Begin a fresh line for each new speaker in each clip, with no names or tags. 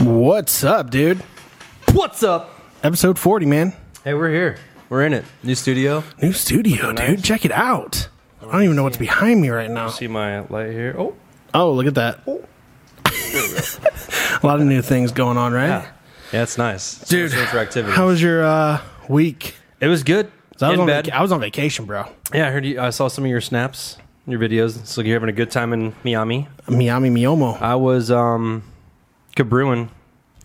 What's up, dude?
What's up?
Episode 40, man.
Hey, we're here. We're in it. New studio.
New studio, dude. Check it out. I don't even know what's behind me right now.
See my light here. Oh,
Oh, look at that. A lot of new things going on, right?
yeah. Yeah, it's nice. It's
Dude,
nice interactivity.
How was your uh, week?
it? Was good.
'Cause I was,
in
on
bed.
vac- I was on vacation, bro.
yeah, I heard you. I saw some of your snaps, your videos. It's like you're having a good time in Miami.
Miami Miomo.
I was um, cabrewing,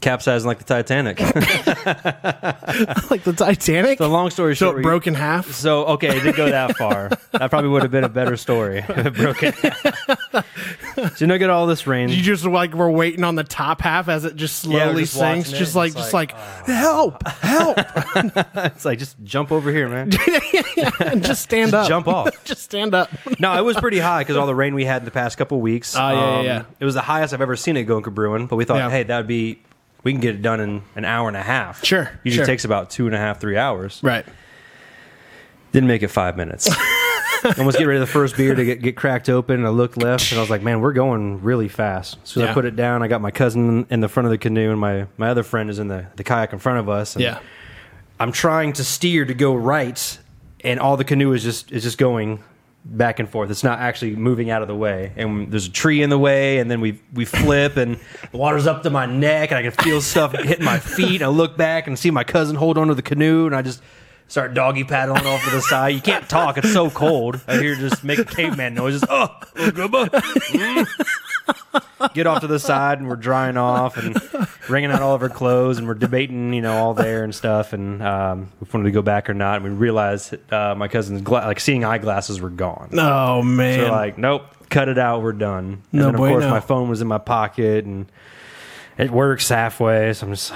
capsizing like the Titanic. the
like the Titanic.
long story short,
so it
we-
broke in half.
So okay, it didn't go that far. that probably would have been a better story. if it broke it. so you know, get all this rain.
You just like were waiting on the top half as it just
Yeah, we're
slowly
just
sinks,
watching it.
just like
It's
just
like,
like help, help,
It's like just jump over here, man.
and just stand up,
jump off.
just stand up.
No, it was pretty high because all the rain we had in the past couple weeks. Um,
Ah, yeah, yeah, yeah.
It was the highest I've ever seen it go in Cabruin, but we thought,
Yeah.
hey, that would be, we can get it done in an hour and a half.
Sure,
Usually
sure.
takes about two and a half, three hours.
Right.
Didn't make it five minutes. Almost get rid of the first beer to get, get cracked open. And I looked left and I was like, man, we're going really fast. So
Yeah.
I put it down. I got my cousin in the front of the canoe and my, my other friend is in the, the kayak in front of us. And
Yeah.
I'm trying to steer to go right, and all the canoe is just is just going back and forth. It's not actually moving out of the way, and there's a tree in the way, and then we we flip, and the water's up to my neck, and I can feel stuff hitting my feet. I look back and see my cousin hold onto the canoe, and I just. Start doggy paddling off to the side. You can't talk; it's so cold. I hear just making caveman noises. Oh, oh, goodbye. Mm. get off to the side, and we're drying off and wringing out all of our clothes, and we're debating, you know, all there and stuff, and um, if we wanted to go back or not. And we realized uh, my cousin's gla- like seeing eyeglasses were gone.
Oh man.
They're like, nope, cut it out. We're done. And
No
then, of course,
bueno.
my phone was in my pocket, and it works halfway. So I'm just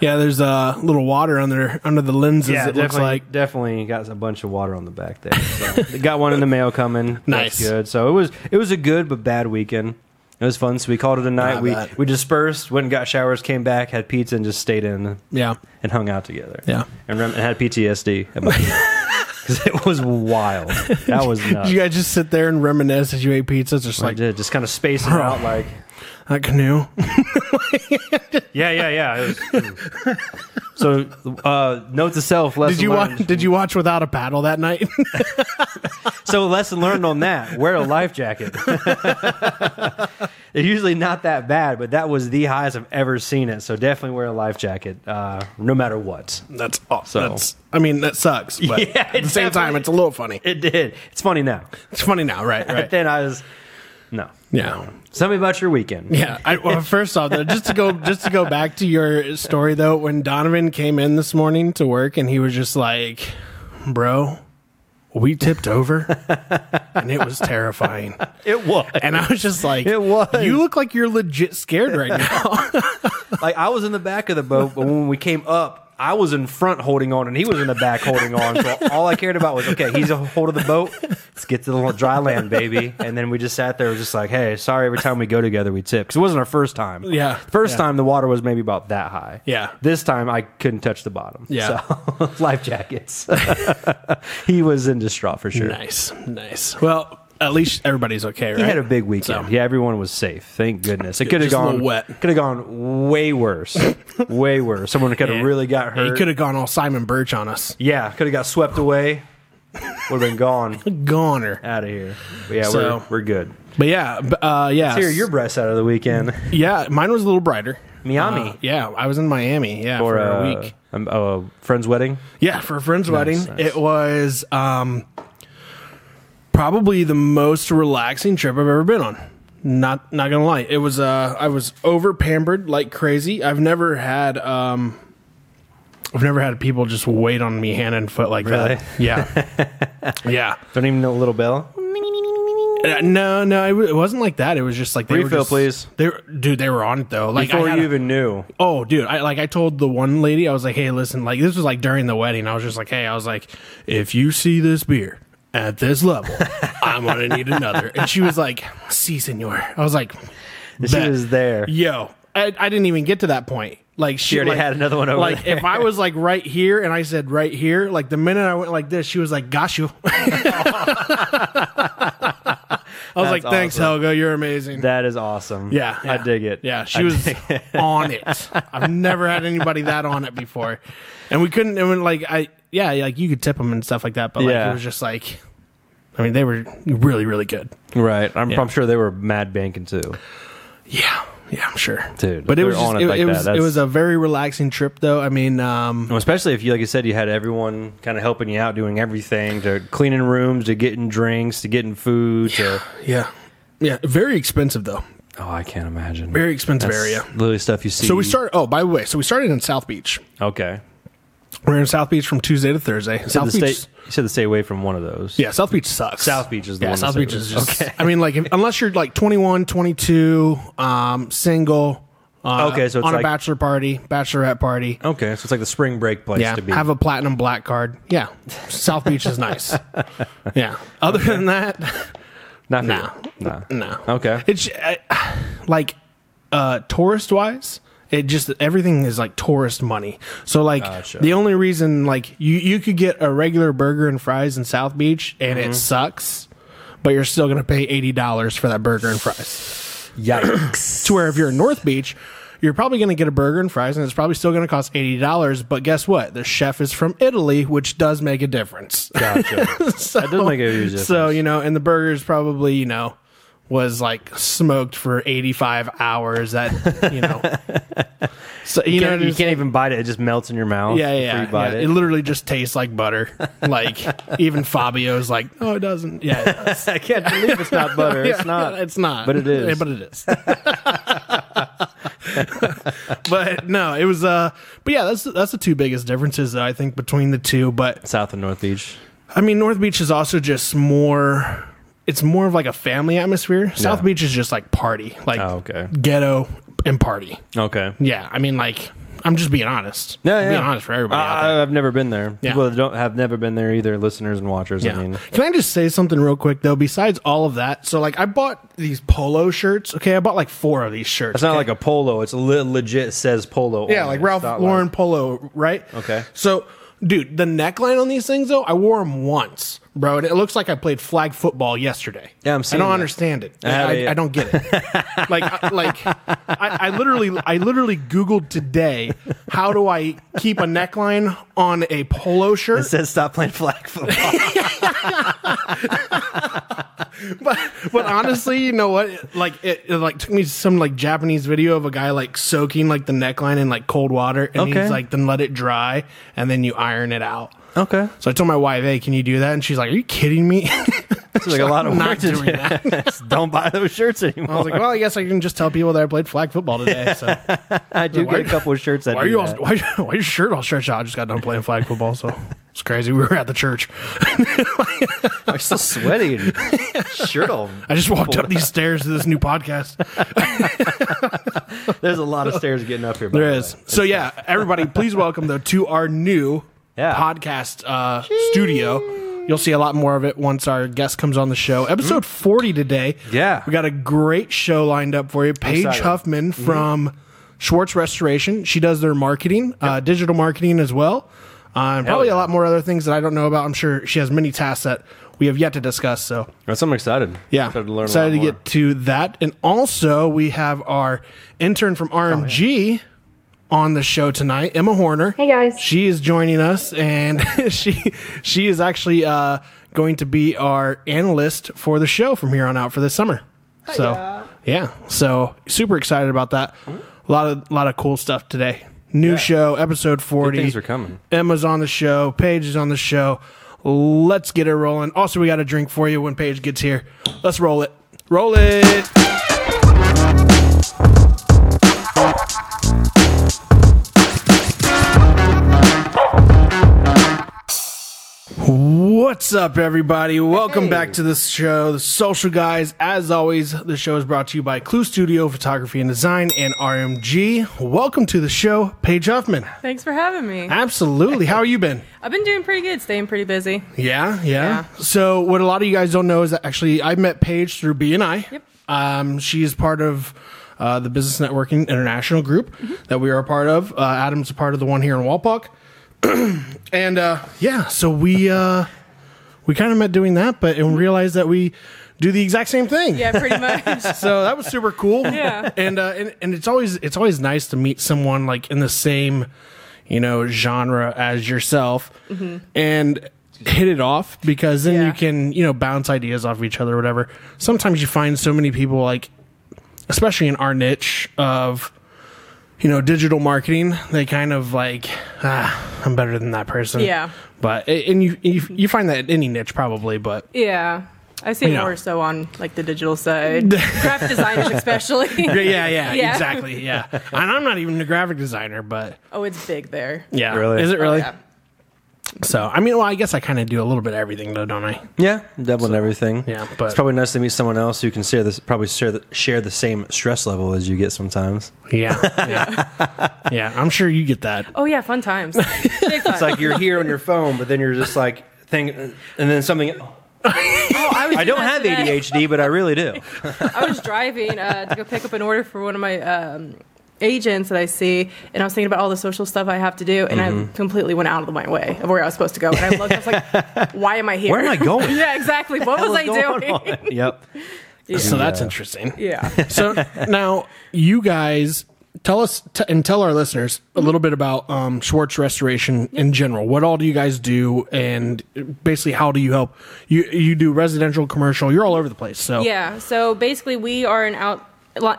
Yeah, there's a uh, little water under under the lenses. it
definitely,
looks like
definitely got a bunch of water on the back there. So. got one in the mail coming. That's
Nice.
good. So it was it was a good but bad weekend. It was fun, so we called it a
I
night. We
bet.
we dispersed, went and got showers, came back, had pizza, and just stayed in
yeah,
and hung out together.
yeah.
and, rem- and had PTSD about because it was wild. That was nuts.
Did you guys just sit there and reminisce as you ate pizza? Just
I
like
did just kind of spacing
Bro.
out like
that canoe.
yeah yeah yeah. It was- so uh, note to self lesson
Did you
learned.
watch? Did you watch without a paddle that night?
So lesson learned on that: wear a life jacket. They're usually not that bad, but that was the highest I've ever seen it. So definitely wear a life jacket, uh, no matter what.
that's awesome.
So-
That's, I mean, that sucks. But
Yeah,
at the same
definitely.
time, it's a little funny.
It did. It's funny now,
It's funny now, right?
but
Right.
then I was no.
Yeah.
Tell me about your weekend.
Yeah. I, well, first off, though, just to go just to go back to your story though, when Donovan came in this morning to work and he was just like, "Bro, we tipped over," and it was terrifying.
It was
And I was just like,
It was.
You look like you're legit scared right now.
like I was in the back of the boat, but when we came up, I was in front holding on, and he was in the back holding on. So all I cared about was okay, he's a hold of the boat. Let's get to the dry land, baby. And then we just sat there, just like, hey, sorry. Every time we go together, we tip because it wasn't our first time.
Yeah.
first
Yeah.
time the water was maybe about that high.
Yeah.
this time I couldn't touch the bottom.
Yeah.
so, life jackets. he was in distraught for sure.
nice, nice. Well, at least everybody's okay, right?
He had a big weekend.
So-
Yeah, everyone was safe. Thank goodness. It
Good.
could have
Just a
gone
little wet.
Could have gone way worse. way worse. Someone could have
Yeah.
really got
Yeah, he
hurt.
could have gone all Simon Birch on us.
Yeah, could have got swept away. Would have been gone
Goner.
out of here. But yeah,
So-
we're, we're good.
But yeah, b- uh, yeah,
Here, your breast out of the weekend.
yeah. Mine was a little brighter.
Miami.
Uh, yeah, I was in Miami. Yeah, for,
for
a
uh,
week.
um, a friend's wedding.
Yeah, for a friend's wedding.
nice.
It was um, probably the most relaxing trip I've ever been on. Not not gonna lie, it was. Uh, I was over pampered like crazy. I've never had. Um, I've never had people just wait on me hand and foot like
Really?
that. Yeah, yeah.
Don't even know Little Bell.
Uh, No, no, it, w- it wasn't like that. It was just like they were
Refill,
just-
please.
They were, dude, they were on it though. Like I
Before
had
you
a-
even knew.
Oh, dude! I like I told the one lady I was like, "Hey, listen, like this was like during the wedding. I was just like, hey, I was like, if you see this beer at this level, I'm gonna need another." And she was like, "See, senor." I was like,
She
"Bet."
was there.
"Yo, I, I didn't even get to that point." Like she
already
like-
had another one over
Like
there.
if I was like right here and I said right here, like the minute I went like this, she was like, "Got you." I was
That's
like, thanks,
awesome.
Helga. You're amazing.
That is awesome.
yeah,
I
yeah.
dig it.
Yeah, she
I
was
dig it.
on it. I've never had anybody that on it before, and we couldn't. And when, like I, yeah, like you could tip them and stuff like that, but like
Yeah.
it was just like, I mean, they were really, really good.
right. I'm, I'm sure they were mad banking too.
Yeah, yeah, I'm sure,
Dude,
But it
they're
was just,
on it
it,
like
it
that.
was it
That's-
was a very relaxing trip, though. I mean, um,
Well, especially if you, like I said, you had everyone kind of helping you out, doing everything to cleaning rooms, to getting drinks, to getting food. To,
yeah, yeah, very expensive though,
oh, I can't imagine.
very expensive
That's
area.
Literally stuff you see.
So we started. Oh, by the way, so we started in South Beach.
Okay.
We're in South Beach from Tuesday to Thursday.
So
South
the
Beach.
state, you said to stay away from one of those.
Yeah, South Beach sucks.
South Beach is the
yeah,
one to
South
stay
Beach
with.
is just.
Okay.
I mean, like if, unless you're like 21, 22, um, single. Uh,
Okay, so it's
on
like-
a bachelor party, bachelorette party.
Okay. So it's like the spring break place
Yeah,
to be.
have a platinum black card. Yeah, South Beach is nice. Yeah. Other than that,
Not for
no,
you. Nah.
no.
Okay.
It's uh, like uh, tourist wise, it just everything is like tourist money. So like
Gotcha.
the only reason like you you could get a regular burger and fries in South Beach and
Mm-hmm.
it sucks, but you're still gonna pay eighty dollars for that burger and fries.
Yikes.
To where if you're in North Beach. You're probably going to get a burger and fries, and it's probably still going to cost eighty dollars. But guess what? The chef is from Italy, which does make a difference.
gotcha.
so,
That does make a huge difference.
so you know, and the burgers probably you know was like smoked for eighty five hours. That you know, so you,
You,
know,
can't,
what I'm
you can't even bite it. It just melts in your mouth.
saying? yeah, yeah,
before you
yeah.
bite
yeah.
it.
It. literally just tastes like butter. Like even Fabio's like, oh, it doesn't. Yeah, it does.
I can't believe it's not butter. it's not.
It's not.
But it is.
Yeah, But it is. but no, it was. Uh, but yeah, that's that's the two biggest differences I think between the two. But
South and North Beach.
I mean, North Beach is also just more. It's more of like a family atmosphere. South
Yeah.
Beach is just like party, like
Oh, okay.
ghetto and party.
Okay.
Yeah, I mean, like I'm just being honest.
Yeah, yeah. Uh,
being honest for everybody. out there.
I, I've never been there.
Yeah.
People that don't have never been there either. Listeners and watchers. I mean,
Can I just say something real quick though? Besides all of that, so like I bought these polo shirts. Okay, I bought like four of these shirts.
it's not like a polo. It's le- legit says polo.
yeah,
on
like
it. It's
Ralph
not
Lauren
like-
polo, right?
Okay.
So, dude, the neckline on these things though, I wore them once, bro, and it looks like I played flag football yesterday.
Yeah, I'm
I
seeing
don't
that.
understand it. I,
have
I,
it.
I don't get it. like, I, like I, I literally, I literally Googled today, how do I keep a neckline on a polo shirt?
it says stop playing flag football.
but but honestly, you know what? Like it, it like took me to some like Japanese video of a guy like soaking like the neckline in like cold water, and
Okay.
he's like, then let it dry, and then you iron it out.
okay.
So I told my wife, hey, can you do that? And she's like, are you kidding me?
It's like a lot of
Not
work to
doing
do. Just don't buy those shirts anymore.
I was like, well, I guess I can just tell people that I played flag football today. So why
I do
why-
get a couple of shirts. That
are
do
you all,
that.
why, why your shirt all stretched out? I just got done playing flag football, so it's crazy. We were at the church.
I'm still sweaty. Shirt on.
I just walked up these stairs to this new podcast.
There's a lot of stairs getting up here. by
There
the
is.
way.
So yeah, everybody, please welcome though to our new
Yeah.
podcast uh, studio. You'll see a lot more of it once our guest comes on the show. Episode forty today.
Mm. Yeah.
we got a great show lined up for you. Paige
excited. Mm-hmm.
Huffman from Schwartz Restoration. She does their marketing, uh, digital marketing as well, uh, and probably
yeah.
a lot more other things that I don't know about. I'm sure she has many tasks that we have yet to discuss. So
That's I'm excited.
yeah,
Excited to learn. a
excited
lot
to
more.
get to that, and also we have our intern from
Oh,
RMG on the show tonight, Emma Horner.
Hey, guys.
she is joining us, and she she is actually uh, going to be our analyst for the show from here on out for this summer. So yeah, so super excited about that.
Hmm.
A lot of lot of cool stuff today. New show, episode forty.
things are coming.
Emma's on the show. Paige is on the show. Let's get it rolling. Also, we got a drink for you when Paige gets here. Let's roll it. Roll it. What's up, everybody? Welcome back to the show, The Social Guys. As always, the show is brought to you by Clue Studio Photography and Design and RMG. Welcome to the show, Paige Huffman.
Thanks for having me.
Absolutely. How have you been?
I've been doing pretty good, staying pretty busy.
Yeah, yeah, So what a lot of you guys don't know is that actually I met Paige through BNI.
Yep.
Um, she is part of uh, the Business Networking International group
Mm-hmm.
that we are a part of. Uh, Adam's a part of the one here in Walpock. and uh, yeah, so we uh, we kind of met doing that, but and realized that we do the exact same thing.
Yeah, pretty much.
So that was super cool.
Yeah.
And uh, and and it's always it's always nice to meet someone like in the same, you know, genre as yourself, and hit it off because then
Mm-hmm. Yeah.
you can you know bounce ideas off of each other, or whatever. Sometimes you find so many people like, especially in our niche of. You know, digital marketing, they kind of like, ah, I'm better than that person.
Yeah.
But, and you, you, you find that in any niche probably, but
yeah. I see
Yeah.
it more so on like the digital side, graphic designers especially.
yeah, yeah,
Yeah.
exactly. Yeah. And I'm not even a graphic designer, but
Oh, it's big there.
yeah.
Really?
Is it really?
Oh, Yeah.
So, I mean, well, I guess I kind of do a little bit of everything, though, don't I?
Yeah, doubling everything.
yeah, but-
it's probably nice to meet someone else who can share this, probably share the, share the same stress level as you get sometimes.
Yeah. Yeah. yeah. I'm sure you get that.
Oh yeah, fun times. Big fun.
It's like you're here on your phone, but then you're just like think, and then something.
oh, I, was
I don't
doing that
have
today.
ADHD, but I really do.
I was driving uh, to go pick up an order for one of my um, agents that I see, and I was thinking about all the social stuff I have to do, and I completely went out of my way of where I was supposed to go. And I looked, I was like, "Why am I here?
Where am I going?
yeah, exactly. What was I doing?
yep. Oh,
So that's interesting.
Yeah.
So now, you guys tell us t- and tell our listeners a
Mm-hmm.
little bit about um, Schwartz Restoration in general. What all do you guys do, and basically, how do you help? You you do residential, commercial. You're all over the place. So
Yeah. So basically, we are an out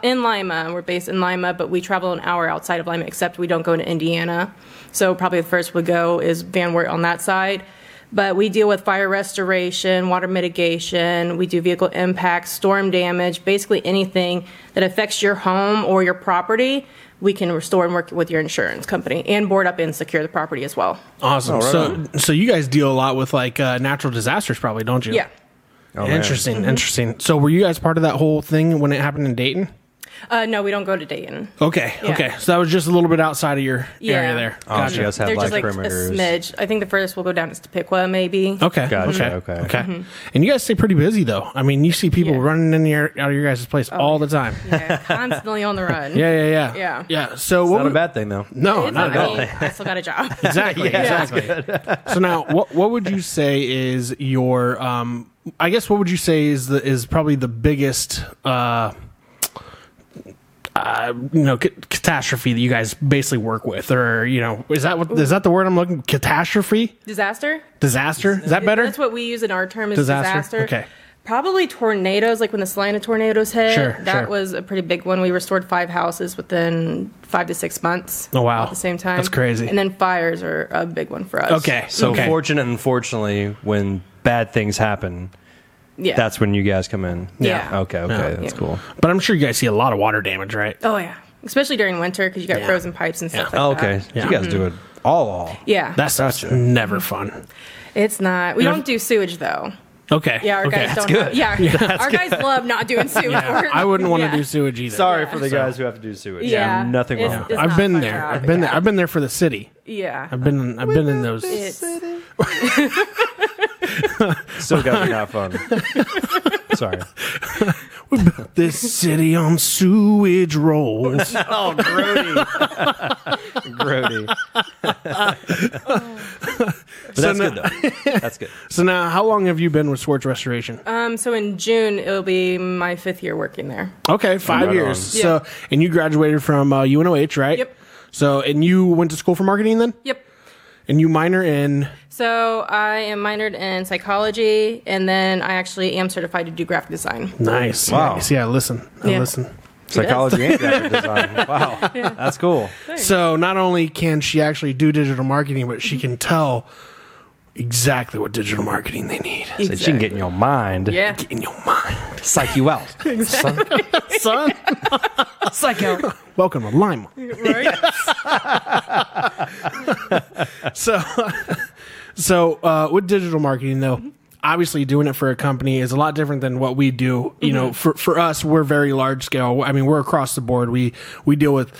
in Lima. We're based in Lima, but we travel an hour outside of Lima, except we don't go into Indiana. So probably the first we go is Van Wert on that side. But we deal with fire restoration, water mitigation. We do vehicle impact, storm damage, basically anything that affects your home or your property. We can restore and work with your insurance company and board up and secure the property as well.
awesome.
Oh, right
so
on.
so you guys deal a lot with like uh, natural disasters, probably, don't you?
Yeah.
Oh, man.
interesting,
Mm-hmm.
interesting. So were you guys part of that whole thing when it happened in Dayton?
Uh, no, we don't go to Dayton.
Okay,
Yeah.
okay. So that was just a little bit outside of your area
Yeah.
there.
Oh, so you guys have
They're
like
just like a
perimeters.
smidge. I think the furthest we'll go down is Topeka, maybe.
Okay. Okay.
Gotcha, okay. Mm-hmm.
Okay. And you guys stay pretty busy though. I mean, you see people
Yeah. Oh,
running in your out of your guys' place all the time.
Yeah, constantly on the run.
Yeah, yeah, yeah.
Yeah.
Yeah. So what?
Not a
would-
bad thing, though.
No,
It's
Oh, not at
I
all.
mean, I still got a job.
Exactly. exactly. so now, what what would you say is your um? I guess what would you say is the is probably the biggest uh, uh you know c- catastrophe that you guys basically work with, or you know, is that what is that the word I'm looking? Catastrophe,
Disaster?
disaster. Is that better?
That's what we use in our term is
Disaster?
disaster.
Okay.
Probably tornadoes, like when the line of tornadoes hit.
Sure,
that
sure.
was a pretty big one. We restored five houses within five to six months.
Oh, wow.
At the same time.
That's crazy.
And then fires are a big one for us.
Okay.
So
okay.
fortunate, unfortunately, when bad things happen,
Yeah.
that's when you guys come in.
Yeah. Yeah.
Okay. Okay.
Yeah.
That's
Yeah.
cool.
But I'm sure you guys see a lot of water damage, right?
oh yeah. Especially during winter because you got
Yeah.
frozen pipes and stuff.
Oh,
Like
okay.
That.
So You guys do it all, all.
Yeah.
That stuff's never fun.
it's not. We
You're-
don't do sewage though.
Okay.
Yeah, our
okay.
guys don't.
good.
Yeah, our guys love not doing sewage.
Yeah,
work.
I wouldn't want to
Yeah.
do sewage either.
Sorry for the
So-
guys who have to do sewage.
Yeah.
Nothing wrong
It's-
with that.
I've
not
been
fun
there.
job,
I've been there.
yeah.
I've been there for the city.
Yeah.
I've been. I've been in those.
It's,
Still got me not fun. Sorry.
This city on sewage rolls.
Oh, Grody. Grody. but that's
now-
good, though. That's good.
so now, how long have you been with Schwartz Restoration?
um, so in June it'll be my fifth year working there.
Okay, five
Right
years.
on.
So, and you graduated from uh, UNOH, right?
Yep.
So, and you went to school for marketing then,
Yep.
and you minor in.
So I am minored in psychology, and then I actually am certified to do graphic design.
Nice.
Wow.
Nice. Yeah. Listen. I
Yeah.
Listen.
Psychology and graphic design. Wow. That's cool.
So not only can she actually do digital marketing, but she can tell exactly what digital marketing they need.
So she can get in your mind.
Yeah.
Get in your mind,
Psych you out. Exactly.
son.
Psych out.
Welcome to Lima.
Right.
So, so uh, with digital marketing though, obviously doing it for a company is a lot different than what we do. You know, for for us, we're very large scale. I mean, we're across the board. We we deal with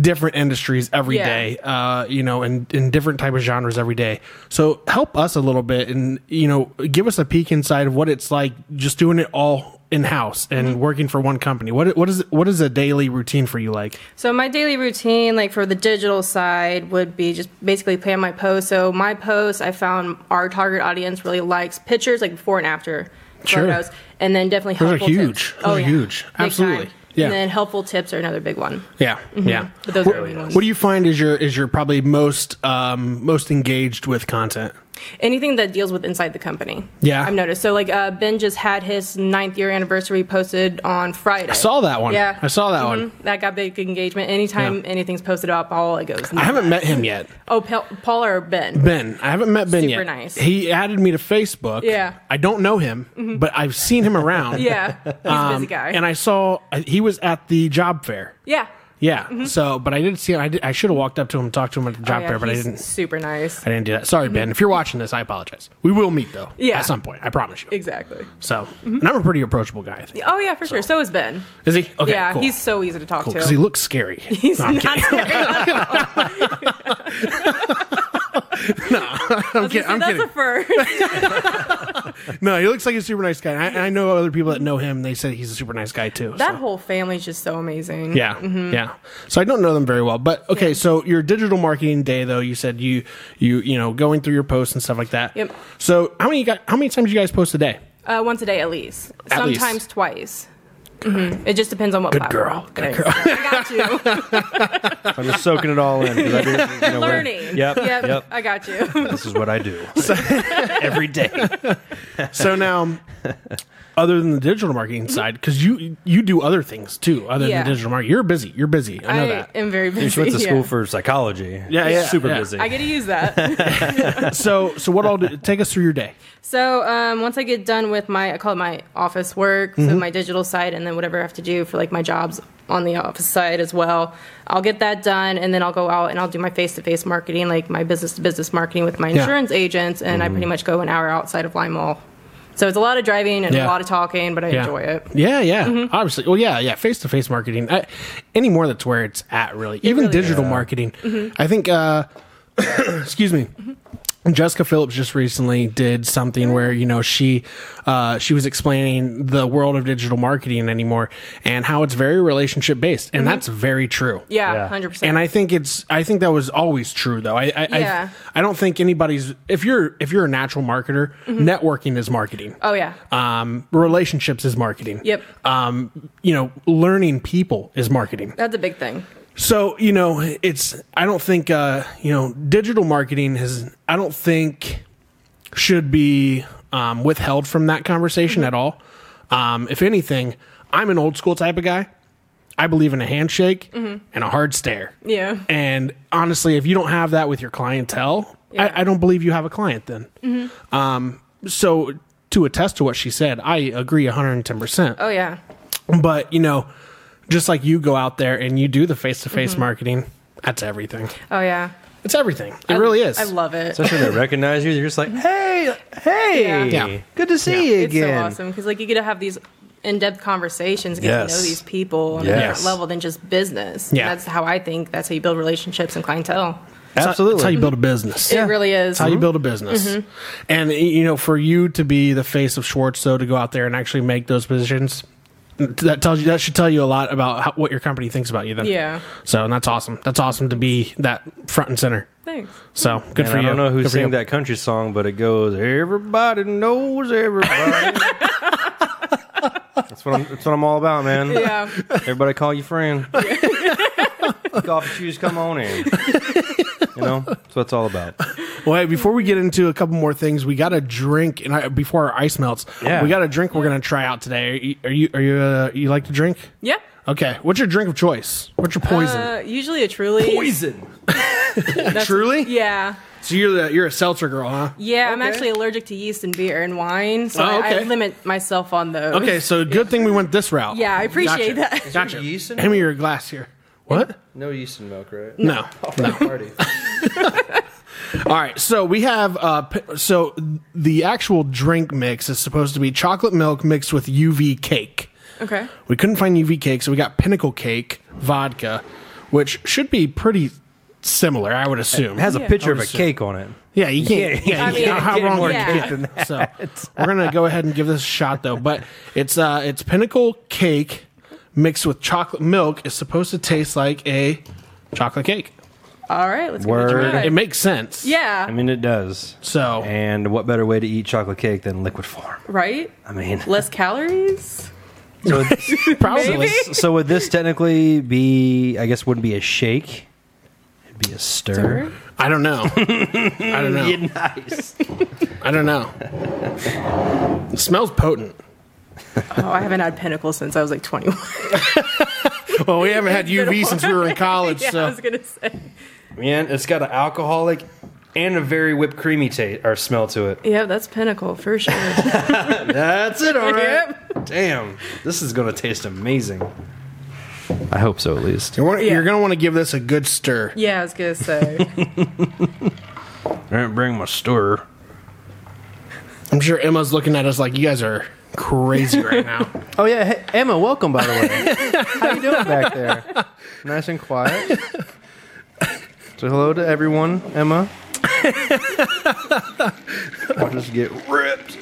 different industries every
Yeah.
day. Uh, you know, and in different type of genres every day. So help us a little bit, and you know, give us a peek inside of what it's like just doing it all in house and working for one company. What what is what is a daily routine for you like?
So my daily routine, like for the digital side, would be just basically plan my posts. So my posts, I found our target audience really likes pictures, like before and after.
Sure.
photos, and then definitely
Those are
helpful
huge.
Tips. Oh,
Those are huge.
Big
Absolutely.
time.
Yeah.
And then helpful tips are another big one.
Yeah, yeah.
Mm-hmm. But those are the main
what,
ones.
what do you find is your is your probably most um, most engaged with content?
anything that deals with inside the company.
Yeah.
I've noticed. So like uh, Ben just had his ninth year anniversary posted on Friday. I
saw that one.
Yeah, Mm-hmm.
I saw that one.
That got big engagement. Anytime
Yeah.
anything's posted up, all it goes.
I haven't met him yet.
Oh, Pa- Paul or Ben.
Ben, I haven't met Ben
Super
yet.
nice.
He added me to Facebook.
Yeah. Mm-hmm.
I don't know him, but I've seen him around. Um,
Yeah, he's a busy guy.
And I saw uh, he was at the job fair.
yeah. Mm-hmm.
Yeah. So, but I didn't see him. I, did- I should have walked up to him and talked to him at the
Oh,
job
yeah,
fair, but I
he's
didn't.
Super nice.
I didn't do that. Sorry, Ben. If you're watching this, I apologize. We will meet though.
Yeah.
At some point, I promise you.
Exactly.
So, and I'm a pretty approachable guy. I think.
Oh yeah, for sure. So is Ben.
Is he? Okay.
yeah,
cool.
he's so easy to talk
Because
to.
he looks scary.
he's
No, I'm
not.
kidding.
Scary.
I'm kidding.
So
I'm
that's
kidding.
the first.
No, he looks like a super nice guy. And I, and I know other people that know him. They say he's a super nice guy too.
That Mm-hmm.
so.
whole family's just so amazing.
Yeah, yeah. So I don't know them very well, but okay. So your digital marketing day, though, you said you you you know going through your posts and stuff like that.
Yep.
So how many you got? How many times you guys post a day?
Uh, once a day at least.
At least.
Sometimes twice. Mhm. It just depends on what
Good
platform.
girl. Good
Thanks. I got you.
I'm just soaking it all in. 'cause I do- you know, we're-
Learning.
Yep.
Yep.
Yep.
I got you.
This is what I do every day.
So now, other than the digital marketing side, because you you do other things too, other
Yeah.
than digital marketing. You're busy. You're busy. I know
I
that.
am very busy.
She went to school
yeah.
for psychology.
Yeah, yeah,
Super
yeah.
busy.
I get to use that.
So so what all? Do, take us through your day.
so um, once I get done with my, I call it my office work,
Mm-hmm.
so my digital side, and then whatever I have to do for like my jobs on the office side as well. I'll get that done, and then I'll go out and I'll do my face-to-face marketing, like my business-to-business marketing with my
Yeah. Mm-hmm.
insurance agents, and I pretty much go an hour outside of Lymall. So it's a lot of driving and
Yeah.
a lot of talking, but I
Yeah.
enjoy it. Mm-hmm.
Yeah, yeah. Obviously. Well, yeah, yeah. Face to face marketing. I, anymore, that's where it's at, really. Even
really Mm-hmm.
digital marketing. I think, uh, excuse me. Jessica Phillips just recently did something where you know she uh, she was explaining the world of digital marketing anymore and how it's very relationship based
Mm-hmm.
and that's very true.
Yeah.
Yeah, hundred percent.
And I think it's I think that was always true though. I I,
Yeah.
I I don't think anybody's if you're if you're a natural marketer, networking is marketing
Mm-hmm. oh yeah,
um, relationships is marketing.
Yep.
Um, you know, learning people is marketing.
that's a big thing.
So you know, it's I don't think uh, you know digital marketing has I don't think should be um, withheld from that
Mm-hmm.
conversation at all. Um, if anything, I'm an old school type of guy. I believe in a handshake and a hard stare.
Mm-hmm. Yeah.
And honestly, if you don't have that with your clientele,
Yeah. Mm-hmm.
I, I don't believe you have a client then. Um, so to attest to what she said, I agree 110%.
Oh yeah,
But, you know, just like you go out there and you do the face to
Mm-hmm.
face marketing, that's everything.
oh yeah.
It's everything. It really is.
I love it.
Especially when they recognize you, they're just like, "Hey, hey,
Yeah.
Yeah.
good to see you
it's so
again."
awesome because like you get to have these in-depth conversations, get to
Yes.
know these people on a
Yes.
different level than just business.
Yeah.
that's how I think. That's how you build relationships and clientele.
Absolutely.
That's how you build a business.
It really is. Mm-hmm.
It's how you build a business. And y- you know, for you to be the face of Schwartz, though, to go out there and actually make those positions, that tells you that should tell you a lot about how, what your company thinks about you. Then,
Yeah.
So and that's awesome. That's awesome to be that front and center.
Thanks.
So good
And
for
I
you.
don't know who
Good for
sang
you.
that country song, but it goes, "Everybody knows everybody." that's what I'm. That's what I'm all about, man.
Yeah,
Everybody call you friend. Take off your shoes, come on in. You know, that's what it's all about.
Well, hey, before we get into a couple more things, we got a drink, and I, before our ice melts,
Yeah.
we got a drink we're gonna try out today. Are you? Are you? Are you, uh, you like to drink?
yeah.
Okay. What's your drink of choice? What's your poison?
Uh, usually a truly.
Poison.
Truly?
Yeah,
so you're the, you're a seltzer girl, huh?
yeah. I'm
Okay.
actually allergic to yeast and beer and wine, so
Oh,
I- I,
okay.
limit myself on those.
Okay, so good thing we went this route.
Yeah, I appreciate
Gotcha.
that.
Gotcha.
yeast in
Hand me your glass here. What?
No yeast in milk, right?
No.
No. Party.
All right. So we have uh, p- so the actual drink mix is supposed to be chocolate milk mixed with UV cake.
Okay.
We couldn't find UV cake, so we got Pinnacle Cake vodka, which should be pretty similar, I would assume.
It has a
Yeah.
picture of a
Obviously.
cake on it.
yeah, you can't. Yeah, you
Yeah,
I
can't-
mean,
how
get
wrong
more
you
cake
get
than
that? So we're gonna go ahead and give this a shot though. But it's uh, it's Pinnacle Cake mixed with chocolate milk is supposed to taste like a chocolate cake.
all right, let's
Word.
give it a try.
It makes sense.
yeah,
I mean, it does.
So
And what better way to eat chocolate cake than liquid form?
right?
I mean,
Less calories.
so,
probably
Maybe.
so would this technically be? I guess wouldn't be a shake. It'd be a stir.
I don't know. I don't know.
Yeah, nice.
I don't know. It smells potent.
Oh, I haven't had Pinnacle since I was like 21.
Well, Oh, we haven't had
been a
UV since we were in college,
yeah, I
so
was gonna say.
Man, it's got an alcoholic and a very whipped creamy taste or smell to it.
Yeah, that's Pinnacle for sure.
That's it, all right.
Yep.
Damn, this is gonna taste amazing. I hope so, at least.
you're,
Yeah.
going to want to give this a good stir.
yeah, I was gonna say.
I didn't bring my stir.
I'm sure Emma's looking at us like you guys are crazy right now.
Oh yeah, hey, Emma, welcome by the way. How you doing back there? Nice and quiet. So hello to everyone, Emma. I'll just get ripped.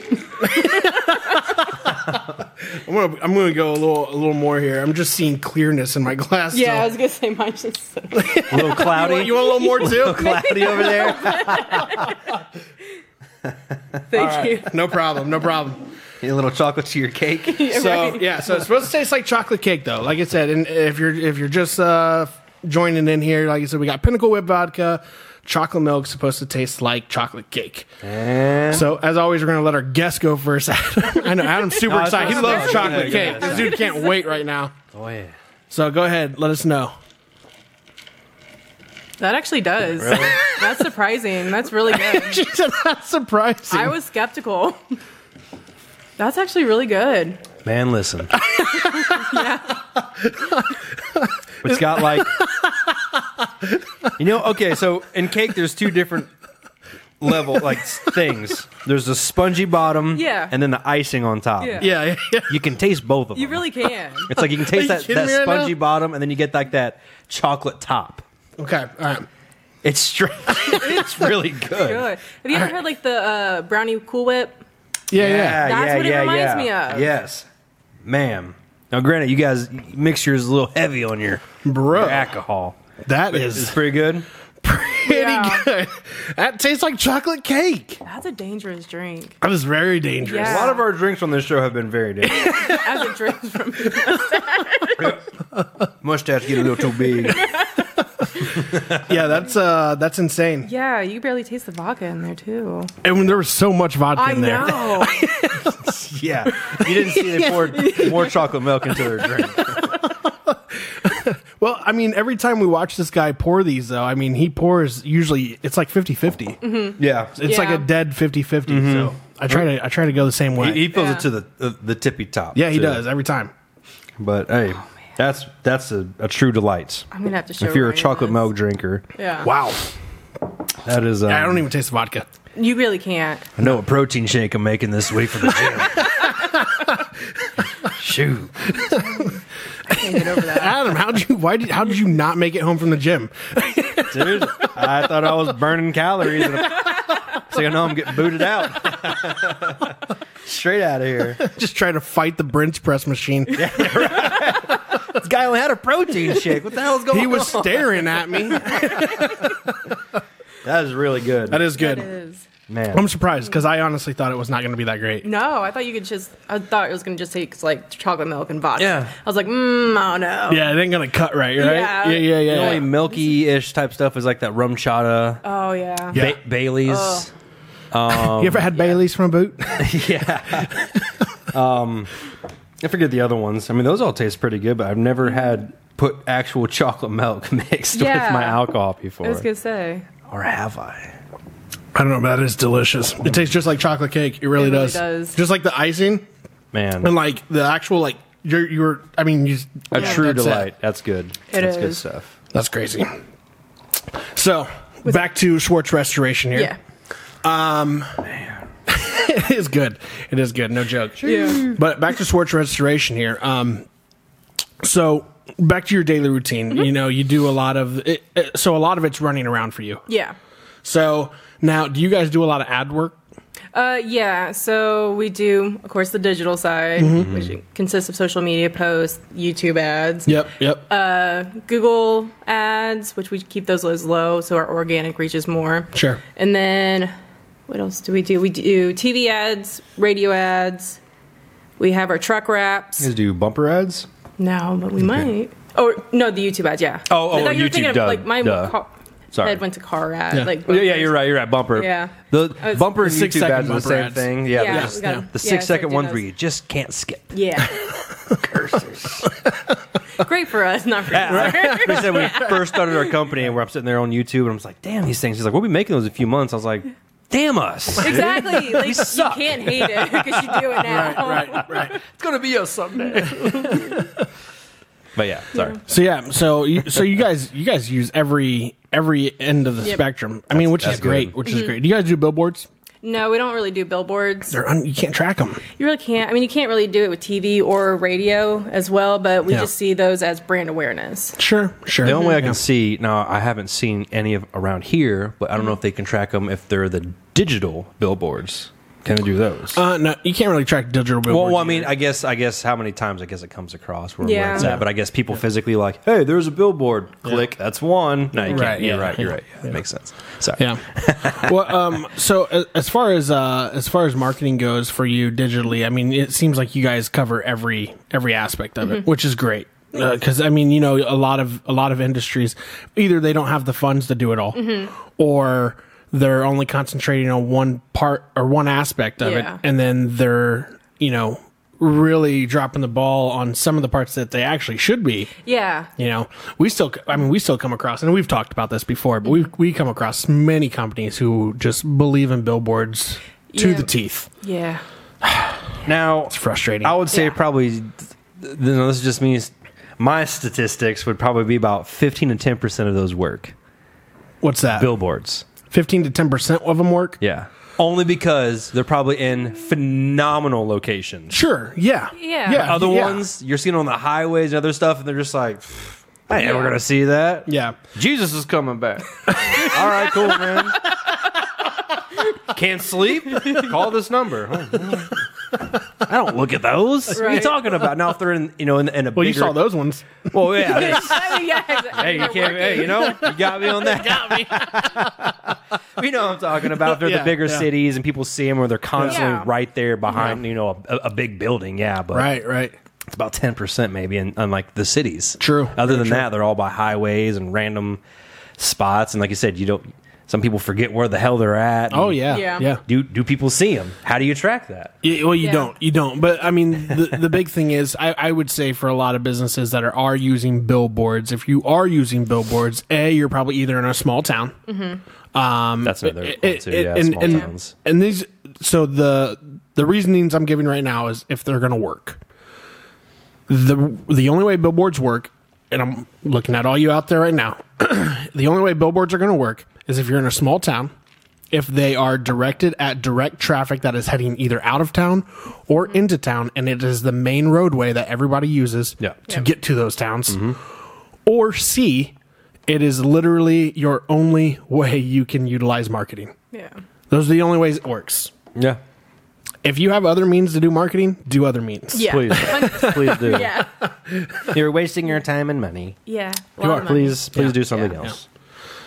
I'm going to I'm going to go a little a little more here. I'm just seeing clearness in my glass.
yeah,
still.
I was gonna say mine's just so
A little cloudy.
you want a little more too?
cloudy over there.
Thank you.
no problem. No problem.
a little chocolate to your cake.
So yeah, so it's supposed to taste like chocolate cake though. Like I said, and if you're if you're just uh, joining in here, like I said, we got Pinnacle Whip vodka, chocolate milk supposed to taste like chocolate cake.
And
So as always, we're gonna let our guest go first. Adam- I know Adam's super
No, it's
excited. He
not-
loves
no,
chocolate
no,
cake.
no,
This dude can't wait right now.
oh yeah.
So go ahead, let us know.
That actually does. That's surprising. That's really good.
She said that's surprising.
I was skeptical. That's actually really good.
Man, listen. It's got like You know, okay, so in cake there's two different level like things. There's the spongy bottom
Yeah.
and then the icing on top.
Yeah.
yeah, yeah, yeah.
You can taste both of
You
them.
really can.
it's like you can
you
taste that,
kidding
that
me right now?
spongy bottom and then you get like that chocolate top.
Okay, all right.
It's straight. it's really good.
Good. Have you ever had like the uh, brownie Cool Whip?
Yeah, yeah.
That's what it reminds me of.
Yes. Ma'am. Now granted, you guys mixture is a little heavy on your
Bro,
Your alcohol.
that
It's
is
pretty good.
pretty
Yeah.
good. That tastes like chocolate cake.
That's a dangerous drink.
That is very dangerous.
A
Yeah.
lot of our drinks on this show have been very different.
As a drink from
Mustache get a little too big.
Yeah, that's uh, that's insane.
Yeah, you barely taste the vodka in there too.
And when there was so much vodka
I
in there.
know.
Yeah, you didn't see they poured more chocolate milk into their drink.
Well, I mean, every time we watch this guy pour these, though, I mean, he pours usually it's like 50 50. It's
Yeah,
like
Mm-hmm. Yeah.
a dead 50 50. So I try to I try to go the same way.
he, he fills
Yeah.
it to the the, the tippy top.
yeah, he
too.
does every time.
But
Oh,
hey, that's that's a, a true delight.
I'm gonna have to show.
If you're a
Ryan
chocolate
this.
milk drinker,
Yeah.
Wow.
that is. Um,
I don't even taste the vodka.
You really can't.
I know a protein shake I'm making this week for the gym. Shoot.
I can't get over that.
Adam, how did you why did how did you not make it home from the gym?
Dude, I thought I was burning calories. And so you know I'm getting booted out. Straight out of here.
Just try to fight the bench press machine.
This guy only had a protein shake. What the hell's going
He was staring at me.
That is really good.
That is
That
good.
is.
I'm
Man.
surprised because I honestly thought it was not going to be that great.
No, I thought you could just. I thought it was gonna just take like chocolate milk and vodka.
Yeah.
I was like, mm, I don't know.
Yeah, it ain't going to cut right, right?
Yeah.
yeah, yeah.
The
yeah.
only milky ish type stuff is like that rum chata,
Oh yeah.
Yeah. Um,
ba- Bailey's.
Ugh.
you ever had Bailey's from a boot?
I forget the other ones. I mean, those all taste pretty good, but I've never had put actual chocolate milk mixed
Yeah.
with my alcohol before.
I was gonna say.
Or have I?
I don't know, but that is delicious. It tastes just like chocolate cake. It really,
It really
does.
does.
Just like the icing
Man,
and like the actual like you're you're. I mean, you,
a
Yeah,
true
that's it.
delight. That's good.
It
that's good
is.
stuff.
that's crazy. So back to Schwartz Restoration here.
Yeah.
it is good. It is good. No joke.
Yeah.
But back to Schwartz Restoration here. Um, so back to your daily routine.
Mm-hmm.
You know, you do a lot of it, it, so a lot of it's running around for you.
Yeah.
So now, do you guys do a lot of ad work?
Uh, yeah, so we do, of course, the digital side,
Mm-hmm.
which consists of social media posts, YouTube ads,
Yep, yep.
Google ads, which we keep those as low, so our organic reaches more.
sure.
And then what else do we do? We do TV ads, radio ads. We have our truck
You
wraps.
guys do bumper ads?
No, but we might. Oh no, the YouTube ads. Yeah.
Oh,
I
oh,
thought you were
YouTube,
thinking
duh,
of like my
duh.
car-
Sorry.
head went to car ad.
Yeah.
Like
yeah, yeah, you're right. You're right. Bumper.
Yeah. Oh,
The
it's-
bumper and
The six
YouTube
second
ads are the
bumper
same
ads.
thing. Yeah.
Yeah,
they're
we
just-
gotta-
The
yeah,
six
so
second
do
ones
those.
where you just can't skip.
Yeah. Great for us, not for yeah.
They said when we first started our company and we're up sitting there on YouTube and I'm just like, damn these things. He's like, we'll be making those in a few months. I was like, damn us.
Exactly. Like, you
suck.
can't hate it because you do it now.
right.
It's gonna be us someday. but yeah, sorry.
So yeah, so you, so you guys you guys use every every end of the
Yep. Mm-hmm.
spectrum. I mean, which is
that's
great,
good.
which is great. Do you guys do billboards?
No, we don't really do billboards.
They're un, you can't track them.
You really can't. I mean, you can't really do it with TV or radio as well, but we
Yeah.
just see those as brand awareness.
Sure, sure.
The only way I can
Yeah.
see now, I haven't seen any of around here, but I
Mm-hmm.
don't know if they can track them if they're the digital billboards. Can they do those?
Uh, no, you can't really track digital
well,
billboards.
well, I mean, I guess, I guess how many times I guess it comes across where, where
Yeah.
it's at, but I guess people physically like, hey, there's a billboard, click, that's one. No, you can't.
Right,
you're
yeah.
right. You're
Yeah.
right. Yeah, That makes sense. Sorry.
Yeah. well, um, so a- as far as uh, as far as marketing goes for you digitally, I mean, it seems like you guys cover every every aspect of it, which is great. Because I mean, you know, a lot of a lot of industries either they don't have the funds to do it all, or they're only concentrating on one part or one aspect of
Yeah.
it, and then they're you know really dropping the ball on some of the parts that they actually should be
Yeah.
you know we still i mean we still come across and we've talked about this before but we we come across many companies who just believe in billboards to
Yeah.
the teeth
Yeah.
Now,
it's frustrating
I would say
Yeah.
probably. th- th- No, this just means my statistics would probably be about fifteen to ten percent of those work
what's that
billboards.
15 to 10 percent of them work
Yeah, only because they're probably in phenomenal locations.
sure yeah
Yeah.
Other
yeah.
ones you're seeing on the highways and other stuff, and they're just like, "Pfft, I ain't ever
Yeah.
gonna see that.
yeah
Jesus is coming back. All right, cool, man. Can't sleep? Call this number. Oh, oh. I don't look at those. What are you
Right.
talking about? Now, if they're in, you know, in, in a
well you
bigger,
saw those ones
Well, yeah. they-
I mean, Oh, yeah, exactly.
Hey, you can't. Hey, you know, you got me on that. got me. we know what I'm talking about. They're
Yeah,
the bigger
yeah.
cities, and people see them, or they're constantly
Yeah.
right there behind, you know, a, a big building. Yeah, but
right right
it's about ten percent maybe, in, unlike the cities.
True.
Other
Very
than
true.
that, they're all by highways and random spots, and like you said, you don't. Some people forget where the hell they're at. and
oh yeah yeah,
Yeah.
Do do people see them? How do you track that?
Yeah, well, you
Yeah.
don't, you don't. But I mean, the, the big thing is, I, I would say for a lot of businesses that are, are using billboards, if you are using billboards, a you're probably either in a small town, Um,
That's another
it-
one
it-
too,
it-
yeah,
and,
small
and-
towns.
and these, so the the reasonings I'm giving right now is if they're going to work. The the only way billboards work, and I'm looking at all you out there right now. the only way billboards are going to work is if you're in a small town, if they are directed at direct traffic that is heading either out of town or into town, and it is the main roadway that everybody uses
Yeah. Mm-hmm.
to get to those towns or C, it is literally your only way you can utilize marketing.
Yeah.
Those are the only ways it works.
Yeah.
If you have other means to do marketing, do other means.
Yeah.
Please. Please do.
Yeah.
You're wasting your time and money.
Yeah. A
You are.
lot of money.
please please do something
Yeah.
else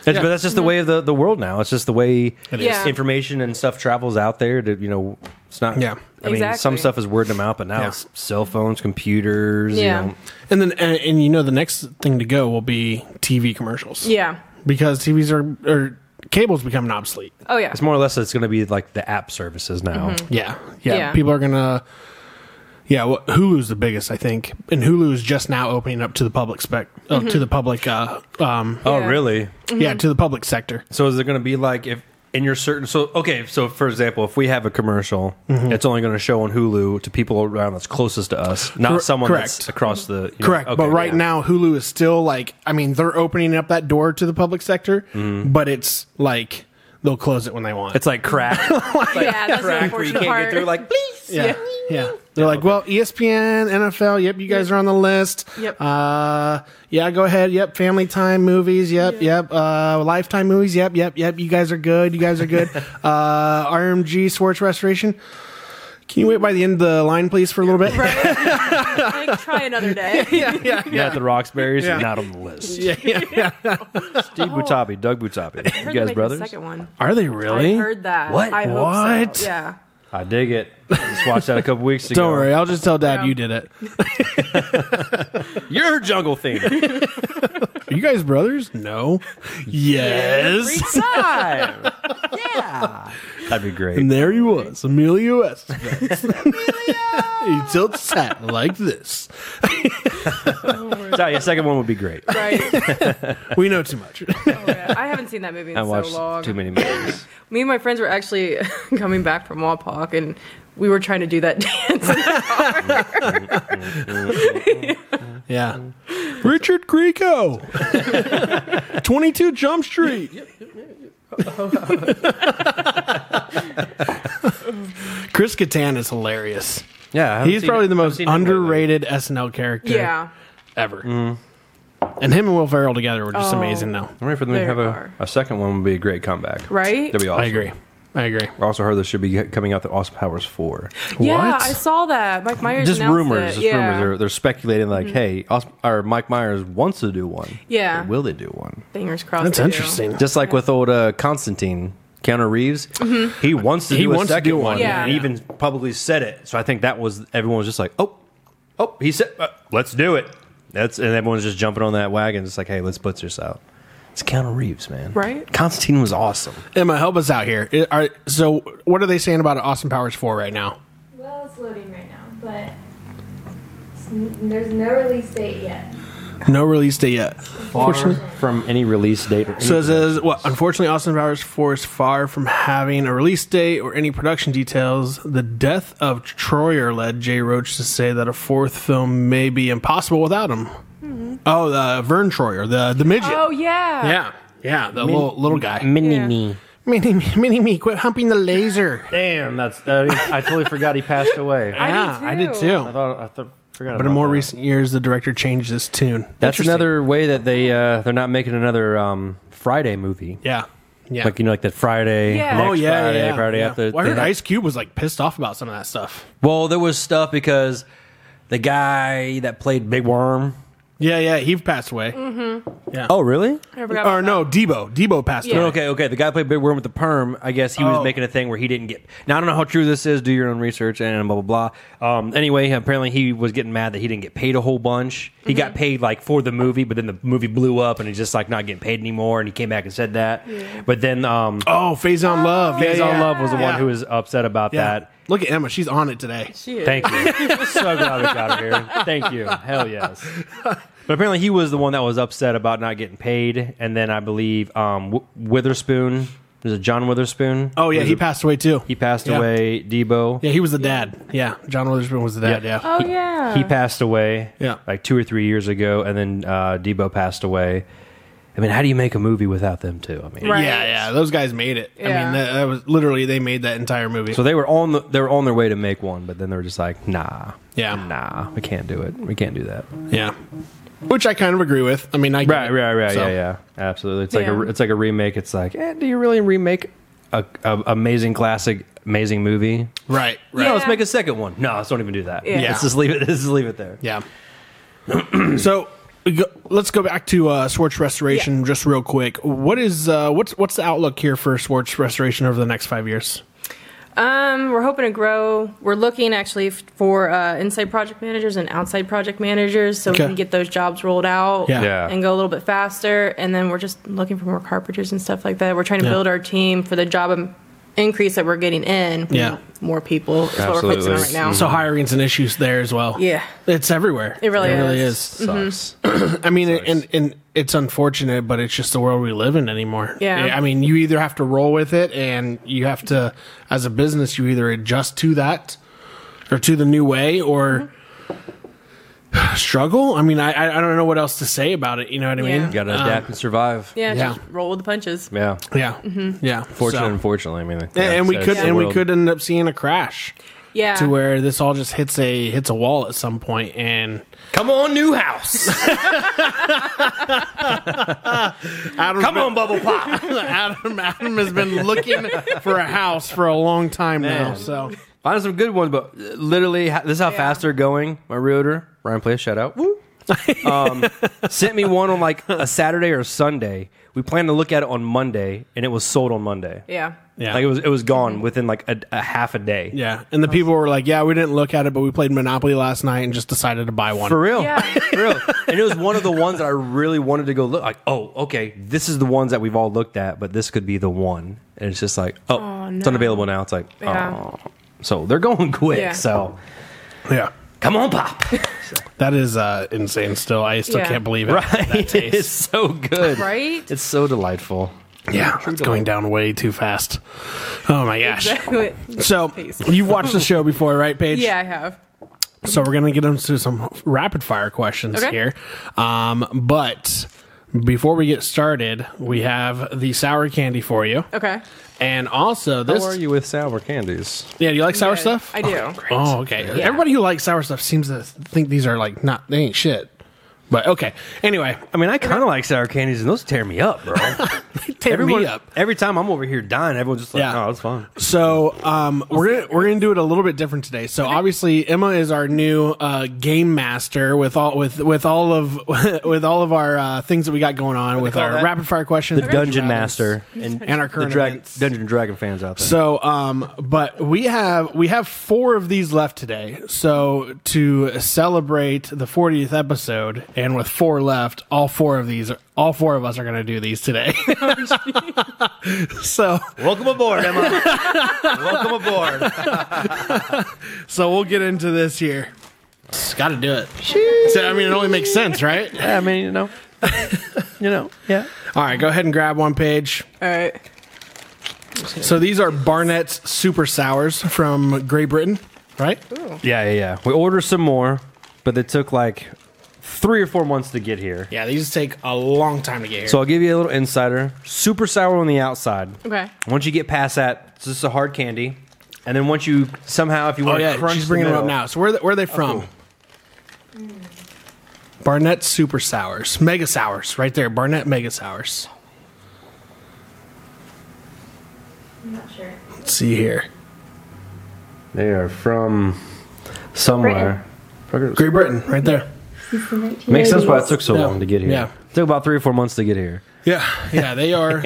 That's- but that's just the way of the, the world now it's just the way
is.
information and stuff travels out there to you know it's not
Yeah.
i mean some
Exactly.
stuff is word of mouth but now
Yeah.
it's cell phones computers
Yeah.
you know
And then, and, and you know, the next thing to go will be TV commercials.
Yeah.
Because TVs are, or cable's becoming obsolete.
Oh yeah.
it's more or less it's going to be like the app services now
Mm-hmm.
Yeah. Yeah.
Yeah.
People are going to, yeah, well, Hulu's the biggest, I think. And Hulu is just now opening up to the public spec, uh,
Mm-hmm.
to the public, uh, um,
oh
Yeah.
really
Mm-hmm.
yeah, to the public sector.
so is it going to be like if in your certain so okay so for example if we have a commercial it's only going to show on hulu to people around that's closest to us not
Cor-
someone
correct.
that's across the you know,
Correct.
okay,
but right
yeah.
now, Hulu is still like, I mean, they're opening up that door to the public sector,
Mm-hmm.
but it's like they'll close it when they want.
it's like crack
yeah. That's the
crack where you can't
unfortunate
get
part.
through like please
yeah. Yeah. They're like, well, E ESPN, NFL, yep, you guys are on the list.
Yep.
Uh, yeah, go ahead. Yep, Family Time movies. Yep, yep. Uh, Lifetime movies. Yep, yep, yep. You guys are good. You guys are good. uh, RMG Sports Restoration. Can you wait by the end of the line, please, for a little bit?
Like, try another day.
Yeah, the Roxberries
Yeah.
are not on the list.
yeah, yeah, yeah.
Steve Butabi, Doug Butabi.
I
You
heard they're
guys
making
brothers?
A second one.
Are they really?
I heard that.
What?
I hope so.
What?
Yeah.
I dig it. Just watched that a couple weeks ago.
Don't worry. I'll just tell Dad
Yeah.
you did it.
You're jungle theme.
Are you guys brothers? No. yes.
Time. Yeah. That'd be
And
great.
there he was, Emilio Estevez. he tilts his hat like this.
So, yeah, second one would be great.
Right. Oh,
We know too much.
yeah. I haven't seen that movie in
I
so
watched
long.
too many movies.
Me and my friends were actually coming back from Wapak, and we were trying to do that dance.
yeah. Richard Grieco. 22 Jump Street. Chris Kattan is hilarious.
Yeah, I haven't
He's
seen
probably
it.
the
I haven't
most
seen it lately. Mm.
underrated SNL character
yeah.
ever. And him and Will Ferrell together were just
Oh.
amazing, though.
I'm ready for them to
There
have
you
a,
are.
a second one would be a great comeback.
Right?
That'd be awesome.
I agree. I agree.
I also heard there should be coming out the Austin Powers 4.
Yeah,
What?
I saw that. Mike Myers
Just
announced
rumors.
It.
Just
yeah.
rumors. They're, they're speculating like, hey, Aus- or Mike Myers wants to do one.
Yeah.
But Will they do one?
Fingers crossed.
That's
they do.
interesting.
Just like with old uh, Constantine, Keanu Reeves, he wants to
He
do
wants
a
to
second
do
one.
one,
yeah.
And he even publicly said it. So I think that was everyone was just like, oh, oh, he said, uh, let's do it. That's and everyone's just jumping on that wagon. It's like, hey, let's put this out. It's Keanu Reeves, man.
Right?
Constantine was awesome.
Emma, help us out here. It- are- so, what are they saying about Austin Powers 4 right now?
Well, it's loading right now, but it's n- there's no release date yet.
No release date yet. Unfortunately.
from any release date. Or
So it says, well, unfortunately, Austin Powers 4 is far from having a release date or any production details. The death of Troyer led Jay Roach to say that a fourth film may be impossible without him. Oh, the Vern Troyer, the, the midget.
Mm-hmm. Oh, yeah.
yeah. Yeah, the little, little guy.
mini
Yeah.
me.
Mini, mini me, quit humping the laser.
Damn, that's I, I totally forgot he passed away. I,
did
yeah, I did
too.
too.
thought I th- forgot.
But in more recent years, the director changed this tune.
that's
Interesting.
another way that they uh, they're not making another um, Friday movie.
Yeah. Yeah.
Like you know, like that Friday,
Yeah.
next
Oh,
Friday, Friday after.
Well, I heard
they had-
Ice Cube was like pissed off about some of that stuff.
well, there was stuff because the guy that played Big Worm.
Yeah, yeah, he passed away.
Oh, really?
Mm, I forgot
Or
about
no, Debo. Debo passed
Yeah.
away.
Okay, okay. The guy played Big Worm with the perm. I guess he
Oh.
was making a thing where he didn't get. Now I don't know how true this is. Do your own research and blah blah blah. Um, anyway, apparently he was getting mad that he didn't get paid a whole bunch.
Mm-hmm.
He got paid like for the movie, but then the movie blew up and he's just like not getting paid anymore. And he came back and said that. But then um,
Oh, Phase on Love.
Faze
yeah,
on
yeah.
Love was the one
Yeah.
who was upset about
Yeah.
that.
Look at Emma. She's on it today.
She is.
Thank you. so glad we got her here. Thank you. Hell yes. But apparently he was the one that was upset about not getting paid. And then I believe um, w- Witherspoon. Is it John Witherspoon?
Oh, yeah, he passed away too.
He passed
Yeah.
away. Debo.
Yeah, he was the dad. Yeah, John Witherspoon was the dad. Yeah.
Oh, yeah.
He passed away.
Yeah.
Like two or three years ago, and then uh, Debo passed away. I mean, how do you make a movie without them too? I mean,
Oh, Right.
Yeah, yeah. Those guys made it. I
Yeah.
mean, that, that was literally they made that entire movie.
so they were on the, they were on their way to make one, but then they were just like, nah,
Yeah.
nah, we can't do it. We can't do that.
yeah. Which I kind of agree with. I mean, I get
Right,
it.
right, right.
So-
Yeah, yeah. Absolutely. It's like
Yeah.
a it's like a remake. It's like, eh, do you really remake a, a amazing classic, amazing movie?
right, right.
No, let's
Yeah.
make a second one. No, let's don't even do that.
Yeah.
Let's just leave it. Let's just leave it there.
Yeah. so go, let's go back to uh, Swartz Restoration just real quick. What is uh, what's what's the outlook here for Swartz Restoration over the next five years?
Um, we're hoping to grow. We're looking actually f- for uh, inside project managers and outside project managers, so
Okay.
we can get those jobs rolled out
Yeah.
Yeah.
and go a little bit faster. And then we're just looking for more carpenters and stuff like that. We're trying to
Yeah.
build our team for the job im- increase that we're getting in. We
Yeah.
need more people. That's what we're focusing on
Absolutely.
right now.
So hiring's an issue there as well.
Mm. Yeah.
it's everywhere.
It really is.
Sucks.
I mean, and and it's unfortunate, but it's just the world we live in anymore.
Yeah.
I mean, you either have to roll with it, and you have to, as a business, you either adjust to that, or to the new way, or struggle. I mean, I I I don't know what else to say about it. You know what I
Yeah.
mean?
You gotta
Um,
adapt and survive.
yeah,
Yeah.
just roll with the punches.
Yeah.
Yeah, yeah.
Mm-hmm.
Fortunately,
So-
unfortunately, I mean,
and, and we could and we could end up seeing a crash.
Yeah.
to where this all just hits a hits a wall at some point and
Come on, new house.
Adam
Come on, bubble pop.
Adam Adam has been looking for a house for a long time now.
Man.
So
Find some good ones, but literally, ha- this is how fast they're going. My realtor, Ryan Place, shout out. Woo. um, sent me one on like a Saturday or Sunday. We planned to look at it on Monday, and it was sold on Monday.
yeah.
yeah,
Like it was, it was gone within like a, a half a day.
yeah, and the people were like, "Yeah, we didn't look at it, but we played Monopoly last night and just decided to buy one."
For real.
Yeah.
For real. And it was one of the ones that I really wanted to go look like, oh, okay, this is the ones that we've all looked at, but this could be the one. And it's just like, oh,
Oh,
it's
no.
unavailable now. It's like,
Yeah.
oh. So they're going quick.
Yeah.
So
yeah,
come on, Pop.
that is uh, insane. Still, I still
Yeah.
can't believe it.
Right. It's so good.
Right?
It's so delightful.
Yeah, it's going down way too fast. Oh my gosh!
Exactly.
So
Please.
you've watched the show before, right, Paige?
Yeah, I have.
So we're gonna get into some rapid fire questions
Okay.
here, um, but before we get started, we have the sour candy for you,
Okay.
and also this.
How are you with sour candies?
Yeah, do you like sour
Yeah,
stuff?
I do.
Oh, oh, okay. Everybody who likes sour stuff seems to think these are like not they ain't shit. But okay. Anyway,
I mean, I kind of like sour candies, and those tear me up, bro.
tear
Everyone,
me up.
Every time I'm over here dying, everyone's just like,
Yeah.
oh, it's fine.
So um, we're gonna, we're gonna do it a little bit different today. So obviously Emma is our new uh, game master with all with with all of with all of our uh, things that we got going on with
call
our
that?
rapid fire questions,
The Dungeon Master and,
and our
the
current
Drag-
events.
Dungeon and Dragon fans out there.
So, um, but we have we have four of these left today. So to celebrate the 40th episode, and with four left, all four of these, all four of us are going to do these today. so,
Welcome aboard, Emma. Welcome aboard.
so we'll get into this here. Got to do it. So, I mean, it only makes sense, right?
I mean, you know, you know, yeah.
All right, go ahead and grab one page.
All right.
So these are Barnett's Super Sours from Great Britain, right?
Yeah, yeah, yeah. We ordered some more, but they took like three or four months to get here.
Yeah, these take a long time to get here.
So I'll give you a little insider. Super sour on the outside.
Okay.
Once you get past that, it's just a hard candy. And then once you somehow, if you
Oh
want to
yeah,
crunch
she's
the
bringing them up
middle- Oh,
now. So where th- where are they from? Barnett Super Sours, Mega Sours, right there. Barnett Mega Sours.
I'm not sure.
Let's see here,
They are from somewhere.
Great Britain, right there.
Makes sense why it took so
Yeah.
long to get here.
Yeah.
It took about three or four months to get here.
Yeah, yeah, they are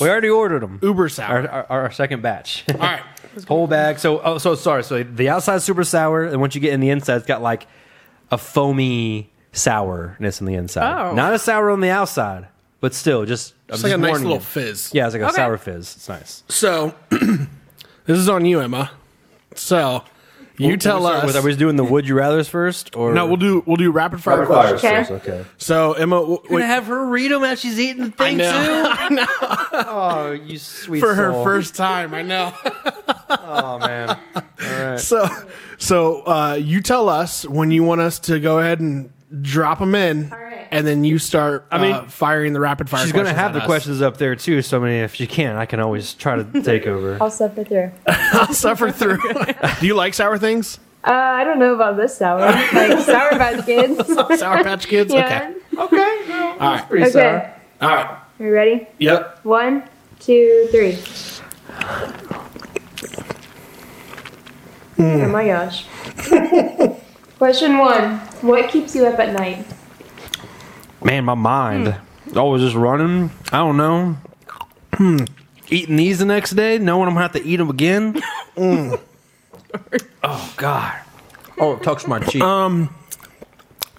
We already ordered them.
uber sour.
Our, our, our second batch.
All right,
whole bag. So oh, so sorry. So the outside's super sour, and once you get in the inside, it's got like a foamy sourness on the inside.
Oh.
Not a sour on the outside, but still just I'm
it's like a
just
nice
warning
little
you.
fizz.
Yeah, it's like a
Okay.
sour fizz. It's nice.
So this is on you, Emma. So you tell
We'll start
us.
With, are we just doing the would you rather's first, or
no, we'll do we'll do rapid fire questions.
Okay.
Okay.
So Emma, w-
We're
wait,
gonna have her read them as she's eating the thing
know.
too. Oh, you sweet
for her
soul.
first time, I know.
Oh man.
So, so uh, you tell us when you want us to go ahead and drop them in,
All right.
and then you start. I
mean,
mean, firing the rapid fire.
She's gonna
questions
have
at
the
us.
questions up there too. So I mean, if she can, I can always try to take over.
I'll suffer through.
I'll suffer through. Do you like sour things?
Uh, I don't know about this sour. Like sour about kids.
Sour Patch Kids.
yeah.
Okay.
okay. Well,
All right.
pretty sour.
Okay.
All right.
Are you ready?
Yep.
One, two, three.
Mm.
Oh my gosh. Question one What keeps you up at night?
Man, my mind Oh, is always just running. I don't know. Hmm. Eating these the next day, knowing I'm gonna have to eat them again. Oh God. Hmm. Um, Oh, it tucks my cheek.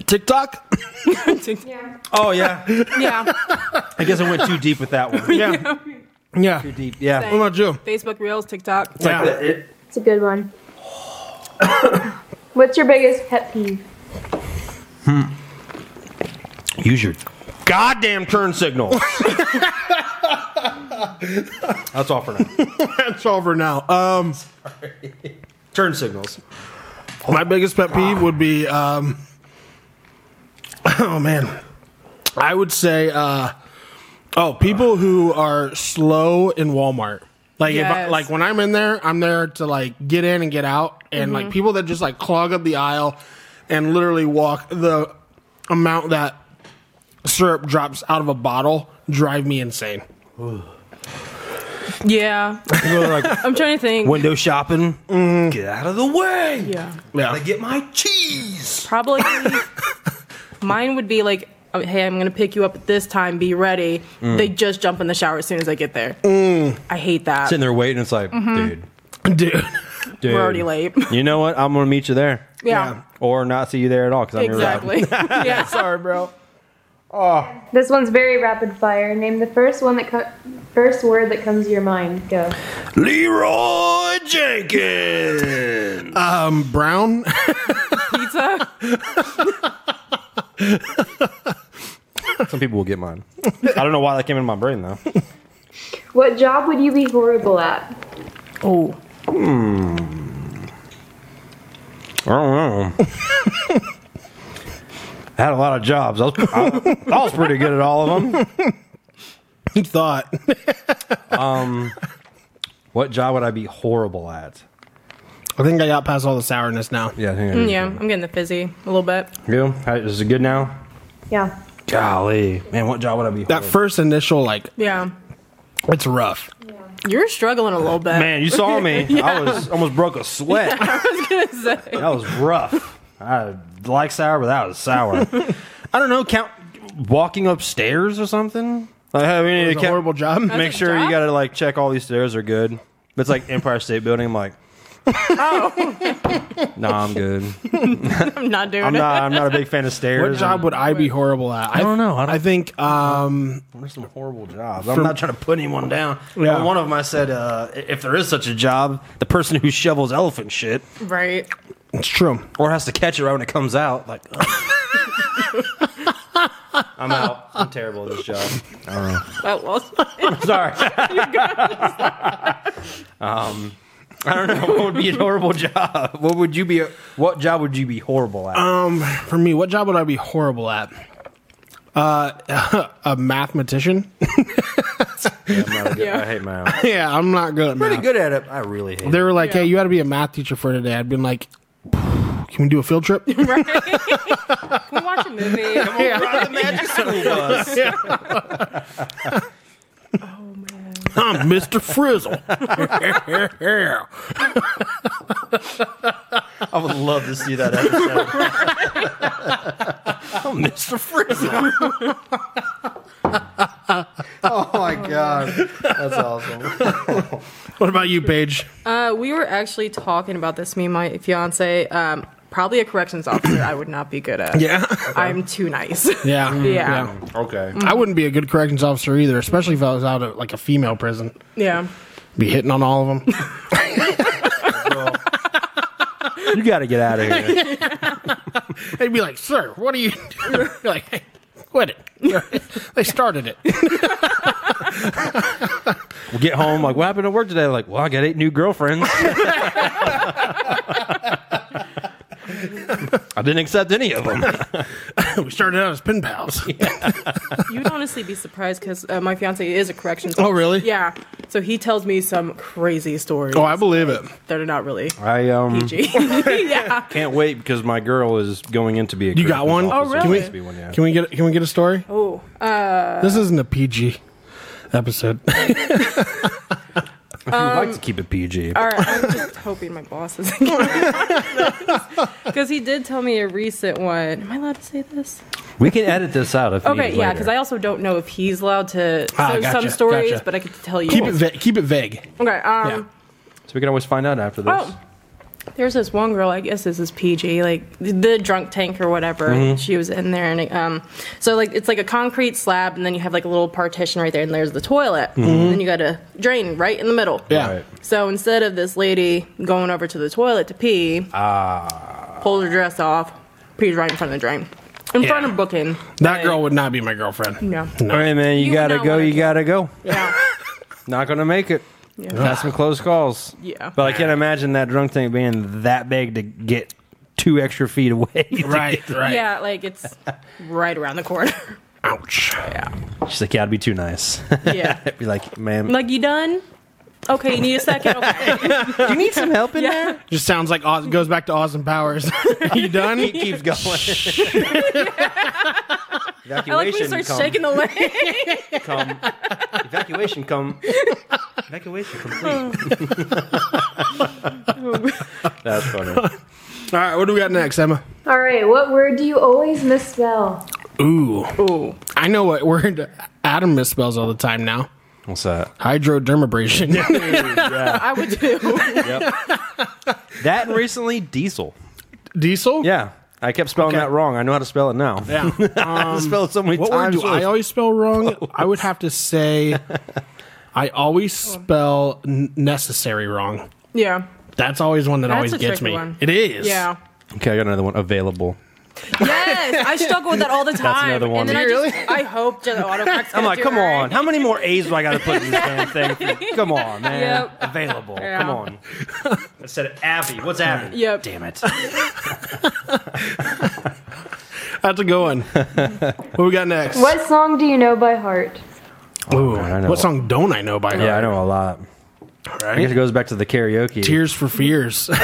TikTok.
Yeah.
oh yeah.
Yeah.
I guess I went too deep with that one.
Yeah. yeah.
Deep. Yeah.
What about you?
Facebook Reels, TikTok.
Yeah.
It's a good one. What's your biggest pet peeve?
Use your goddamn turn signal. That's all for now.
That's all for now. Um,
Turn signals.
my biggest pet peeve would be. Um, oh man, I would say. Uh, oh, people who are slow in Walmart. Like if I,
Yes.
like when I'm in there, I'm there to like get in and get out, and like people that just like clog up the aisle and literally walk the amount that syrup drops out of a bottle drive me insane.
Yeah. I'm trying to think.
Window shopping. Get out of the way.
Mm-hmm. yeah.
Yeah,
I get my cheese.
Probably mine would be like, oh, hey, I'm going to pick you up at this time. Be ready.
Mm.
They just jump in the shower as soon as I get there. I hate that.
Sitting there waiting. It's like, dude,
dude.
dude.
Mm-hmm. We're already late.
You know what? I'm gonna meet you there,
Yeah.
or not see you there at all because I'm
Exactly. yeah.
Sorry, bro.
This one's very rapid fire. Name the first one that co- first word that comes to your mind. Go.
Leroy Jenkins.
Um, brown.
Pizza.
Some people will get mine. I don't know why that came into my brain though.
What job would you be horrible at?
Oh.
I don't know. I had a lot of jobs. I was, I, I was pretty good at all of them.
He thought.
What job would I be horrible at?
I think I got past all the sourness now.
Yeah, I think I-
Mm, Yeah. I'm getting the fizzy a little bit.
You? How- Is it good now?
Yeah.
Golly, man, what job would I be?
That first initial, like,
Yeah.
it's rough.
You're struggling a little bit.
man, you saw me. I was almost broke a sweat. that was rough. I like sour, but that was sour. I don't know. Count walking upstairs or something. Like, hey, we need
It's
to
a
count-
horrible job.
make
a
sure you
job?
got to like check all these stairs are good. But it's like Empire State Building. I'm like, oh, no, I'm good.
I'm not doing
I'm
it.
not. I'm not a big fan of stairs.
What job would I be horrible at? I
don't know. I
I,
don't-
think um,
There's some horrible jobs. I'm not trying to put anyone down.
Yeah.
One of them I said, uh, if there is such a job, the person who shovels elephant shit
Right.
it's true.
or has to catch it right when it comes out, like. uh. ugh. I'm out. I'm terrible at this job.
Well, well,
Sorry. um, I don't know. What would be a horrible job? What would you be? What job would you be horrible at?
Um, for me, what job would I be horrible at? Uh, a mathematician.
I'm not a good-
Yeah.
I hate math.
yeah, I'm not good. At
Pretty
math.
good at it. I really hate.
They
it.
were like,
Yeah.
"Hey, you got to be a math teacher for today." I'd been like, "Can we do a field trip?"
right. Can we watch a movie?
Ride the magic school bus.
I'm Mr. Frizzle.
I would love to see that episode. oh, Mr. Frizzle. oh my god, that's awesome.
what about you, Paige?
Uh, we were actually talking about this, me and my fiance. Um, probably a corrections officer I would not be good at.
Yeah,
I'm too nice.
yeah,
Yeah. Yeah.
Mm-hmm.
Okay.
I wouldn't be a good corrections officer either, especially if I was out at like a female prison. Be hitting on all of them.
You got to get out of here.
They'd be like, "Sir, what are you?" doing?" You're like, "Hey, quit it." they started it.
We'll get home. Like, what happened at work today? Like, well, I got eight new girlfriends. I didn't accept any of them.
we started out as pen pals.
You'd honestly be surprised because uh, my fiance is a corrections
Oh,
officer.
really?
Yeah. So he tells me some crazy stories
Oh, I believe it.
that are not really.
I um
yeah.
can't wait because my girl is going in to be a.
You got one?
Oh,
Can
really?
we, one yeah.
Can we get can we get a story?
Oh, uh,
This isn't a PG episode.
I'd like to keep it PG.
all right. I'm just hoping my boss is because he did tell me a recent one. Am I allowed to say this?
We can edit this out if
Okay,
needed
yeah,
later.
because I also don't know if he's allowed to
Ah,
so
gotcha,
some stories,
gotcha.
but I could tell you.
keep it va- keep it vague.
okay, um,
Yeah.
So we can always find out after this.
Oh, there's this one girl. I guess this is PG, like the drunk tank or whatever. She was in there, and um, so like it's like a concrete slab, and then you have like a little partition right there, and there's the toilet, and then you got a drain right in the middle.
Yeah.
Right.
So instead of this lady going over to the toilet to pee,
Ah.
pulled her dress off, peed right in front of the drain, in front of booking.
That girl would not be my girlfriend.
Yeah.
All right, man, you,
You would
gotta
not
go.
wanna
You
do
gotta go.
Yeah.
Not gonna make it.
Yeah.
Got some close calls.
Yeah.
But I can't imagine that drunk tank being that big to get two extra feet away.
Right, right.
Yeah, like it's right around the corner.
Ouch.
Yeah.
She's like, yeah, it'd be too nice.
Yeah.
Be like, ma'am,
like you done? Okay, you need a second. Okay.
you need some help in there?
Just sounds like Oz, goes back to Austin Powers. you done?
He keeps going. Evacuation
I like when you start
come,
shaking the leg.
come. Evacuation come. Evacuation complete. That's funny.
All right, what do we got next, Emma?
All right, what word do you always misspell?
Ooh. Ooh. I know what word Adam misspells all the time now.
What's that?
Hydrodermabrasion.
I would do.
That and recently diesel.
Diesel?
Yeah. I kept spelling
Okay.
that wrong. I know how to spell it now.
Yeah.
I
Um,
spelled it so many
what word
times.
do I always spell wrong? I would have to say I always spell n- necessary wrong.
Yeah.
That's always one that
That's
always
a
gets
tricky
me.
one.
It is.
Yeah.
okay, I got another one. Available.
Yes, I struggle with that all the time.
another one.
And then I,
Really?
just, I hope that the autocorrect's
I'm
gonna
like,
do
come
it right.
on. How many more A's do I got to put in this damn thing? Come on, man.
Yep.
Available.
Yeah.
Come on. I said Abby. What's Abby?
Yep.
Damn it.
That's a good one. what we got next?
What song do you know by heart?
Ooh,
man, I know.
what song don't I know by heart?
Yeah, I know a lot. I guess it
Right?
goes back to the karaoke.
Tears for Fears.
We're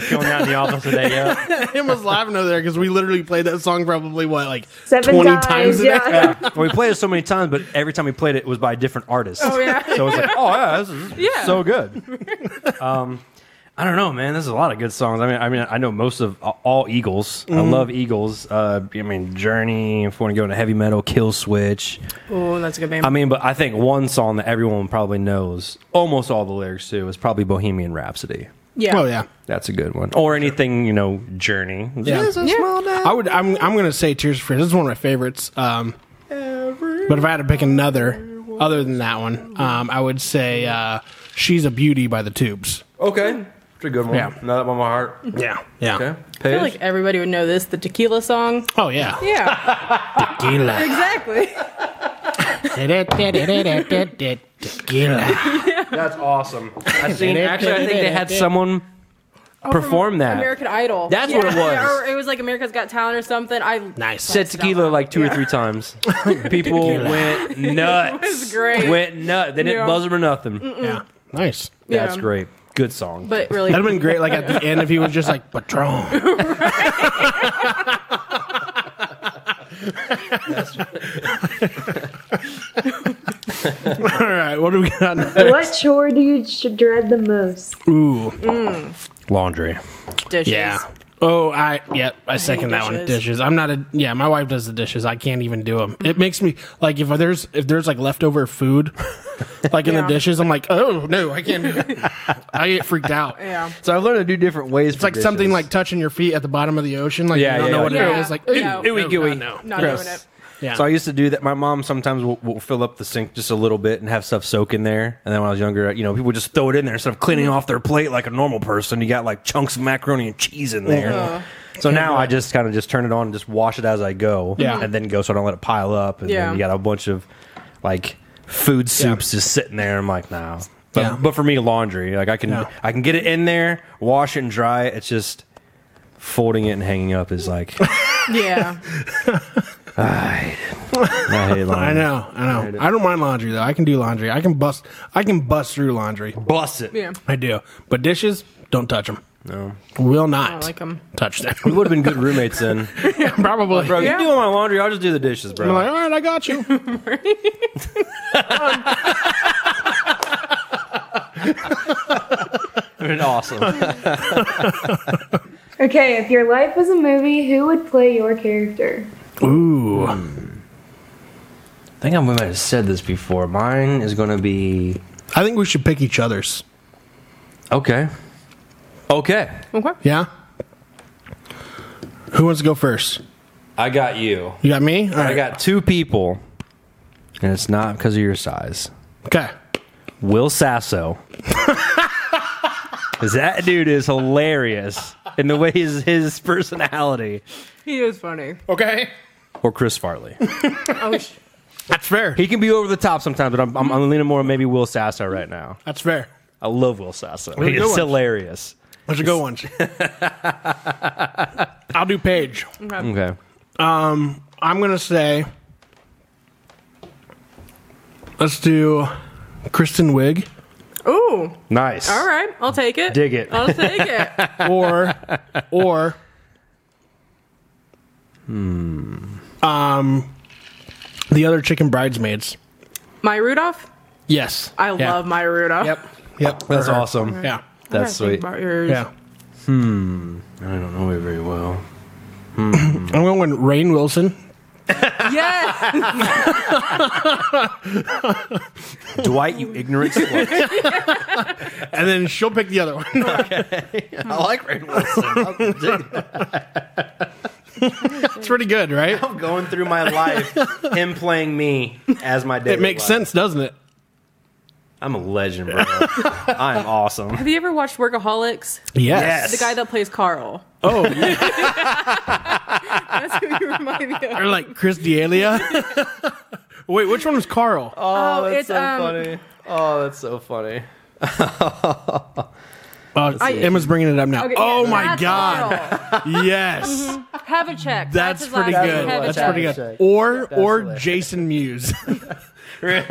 killing out in the office today. Yeah.
Him was laughing over there because we literally played that song probably what like
Seven
twenty
times,
times. a day?
yeah.
Well, we played it so many times, but every time we played it, it was by a different artist.
Oh, yeah.
So it's like, oh yeah, this is
Yeah.
so good. Um, I don't know, man. There's a lot of good songs. I mean, I mean, I know most of a- all Eagles.
Mm-hmm.
I love Eagles. Uh, I mean, Journey. If we want to go into heavy metal, Kill Switch.
Oh, that's a good name.
I mean, but I think one song that everyone probably knows, almost all the lyrics to, is probably Bohemian Rhapsody.
yeah.
Oh yeah.
That's a good one. Or anything, you know, Journey.
Yeah.
There's a
Yeah.
small town.
I would. I'm. I'm gonna say Tears for Fears. This is one of my favorites. Um, but if I had to pick another, other than that one, um, I would say uh, "She's a Beauty" by the Tubes.
Okay. It's a good one.
Yeah.
Now that one my heart.
Yeah. Yeah.
Okay.
I
Paige?
feel like everybody would know this, the tequila song.
Oh yeah.
Yeah,
Tequila.
exactly.
Tequila.
That's awesome. I seen
actually, I think they had
someone perform that.
Oh, American Idol.
That's what it was.
Yeah, Or it was like America's Got Talent or something. I
Nice.
Said tequila like two or three times. People went nuts.
was great.
Went nuts. They didn't
Yeah.
buzz them or nothing.
yeah. Nice.
That's
Yeah.
great. Good song.
but really
That'd have been great. Like at the end, if he was just like Patron. All right, what do we got? next?
What chore do you sh- dread the most?
Ooh,
laundry.
dishes.
yeah. Oh, I yep. I second that one.
dishes.
Dishes. I'm not a yeah. My wife does the dishes. I can't even do them. It makes me like if there's if there's like leftover food, like in the
Yeah.
dishes, I'm like, oh no, I can't. do it. I get freaked out.
Yeah.
So I've learned to do different ways.
It's like something like touching your feet at the bottom of the ocean. Like
Yeah,
you don't
yeah,
know
yeah.
what it
Yeah.
is. Like
Ew,
no,
ewy
no,
gooey.
no, no.
Not
Gross.
doing it.
Yeah.
So I used to do that. My mom sometimes will, will fill up the sink just a little bit and have stuff soak in there. And then when I was younger, you know, people would just throw it in there instead of cleaning
Mm-hmm.
off their plate like a normal person. You got like chunks of macaroni and cheese in there.
Uh-huh.
So now I just kind of just turn it on and just wash it as I go.
Yeah.
And then go so I don't let it pile up. And
Yeah.
then you got a bunch of like food soups just sitting there. I'm like, nah. But,
Yeah.
but for me, laundry, like I can
Yeah.
I can get it in there, wash it and dry it. It's just folding it and hanging up is like
Yeah.
I hate laundry.
I know, I know. I don't mind laundry though. I can do laundry. I can bust. I can bust through laundry.
Bust it.
Yeah.
I do. But dishes, don't touch them. No, will not
I like 'em.
Touch them.
We would have been good roommates then.
Probably.
Bro,
Yeah.
you do all my laundry, I'll just do the dishes, bro.
I'm like, all right, I got you.
awesome.
Okay, if your life was a movie, who would play your character?
Ooh,
I think I might have said this before. Mine is going to be
I think we should pick each other's.
okay. Okay,
Okay.
Yeah. Who wants to go first?
I got you.
You got me. All right.
I got two people, and it's not because of your size.
Okay.
Will Sasso. 'Cause that dude is hilarious in the way his, his personality.
He is funny.
Okay.
Or Chris Farley.
Oh, sh-
That's fair.
He can be over the top sometimes, but I'm, I'm, I'm leaning more maybe Will Sasso right now.
That's fair.
I love Will Sasso.
Those are
He
good
is
ones.
hilarious.
Those are good ones. I'll do Paige.
Okay.
I'm gonna say let's do Kristen Wiig
Oh,
Nice.
all right. I'll take it.
Dig it.
I'll take it.
or or
Hmm.
um the other chicken bridesmaids.
My Rudolph.
Yes.
I
Yeah.
love my Rudolph.
Yep. Yep.
That's
Or her.
awesome.
Yeah.
I gotta
That's
think
sweet.
about yours.
Yeah.
I don't know it very well.
I'm going Rain Wilson.
Yes.
Dwight, you ignorant slut.
And then she'll pick the other one.
I like Rain Wilson.
It's pretty good, right?
I'm going through my life, him playing me as my dad.
It makes sense, doesn't it?
I'm a legend, bro. I am awesome.
Have you ever watched Workaholics?
Yes.
The guy that plays Carl.
Oh, yeah.
That's who you remind me of.
or like Chris D'Elia. Wait, which one was Carl?
Oh, it's, um,
Oh, that's so funny.
Uh, Emma's bringing it up now.
Okay,
oh
yes,
my
that's
God!
Carl.
Yes,
Have a check.
that's,
his
pretty
last
good.
name. Have a
That's
check.
pretty
check.
good. Or
That's
or
hilarious.
Jason Mewes.
Really?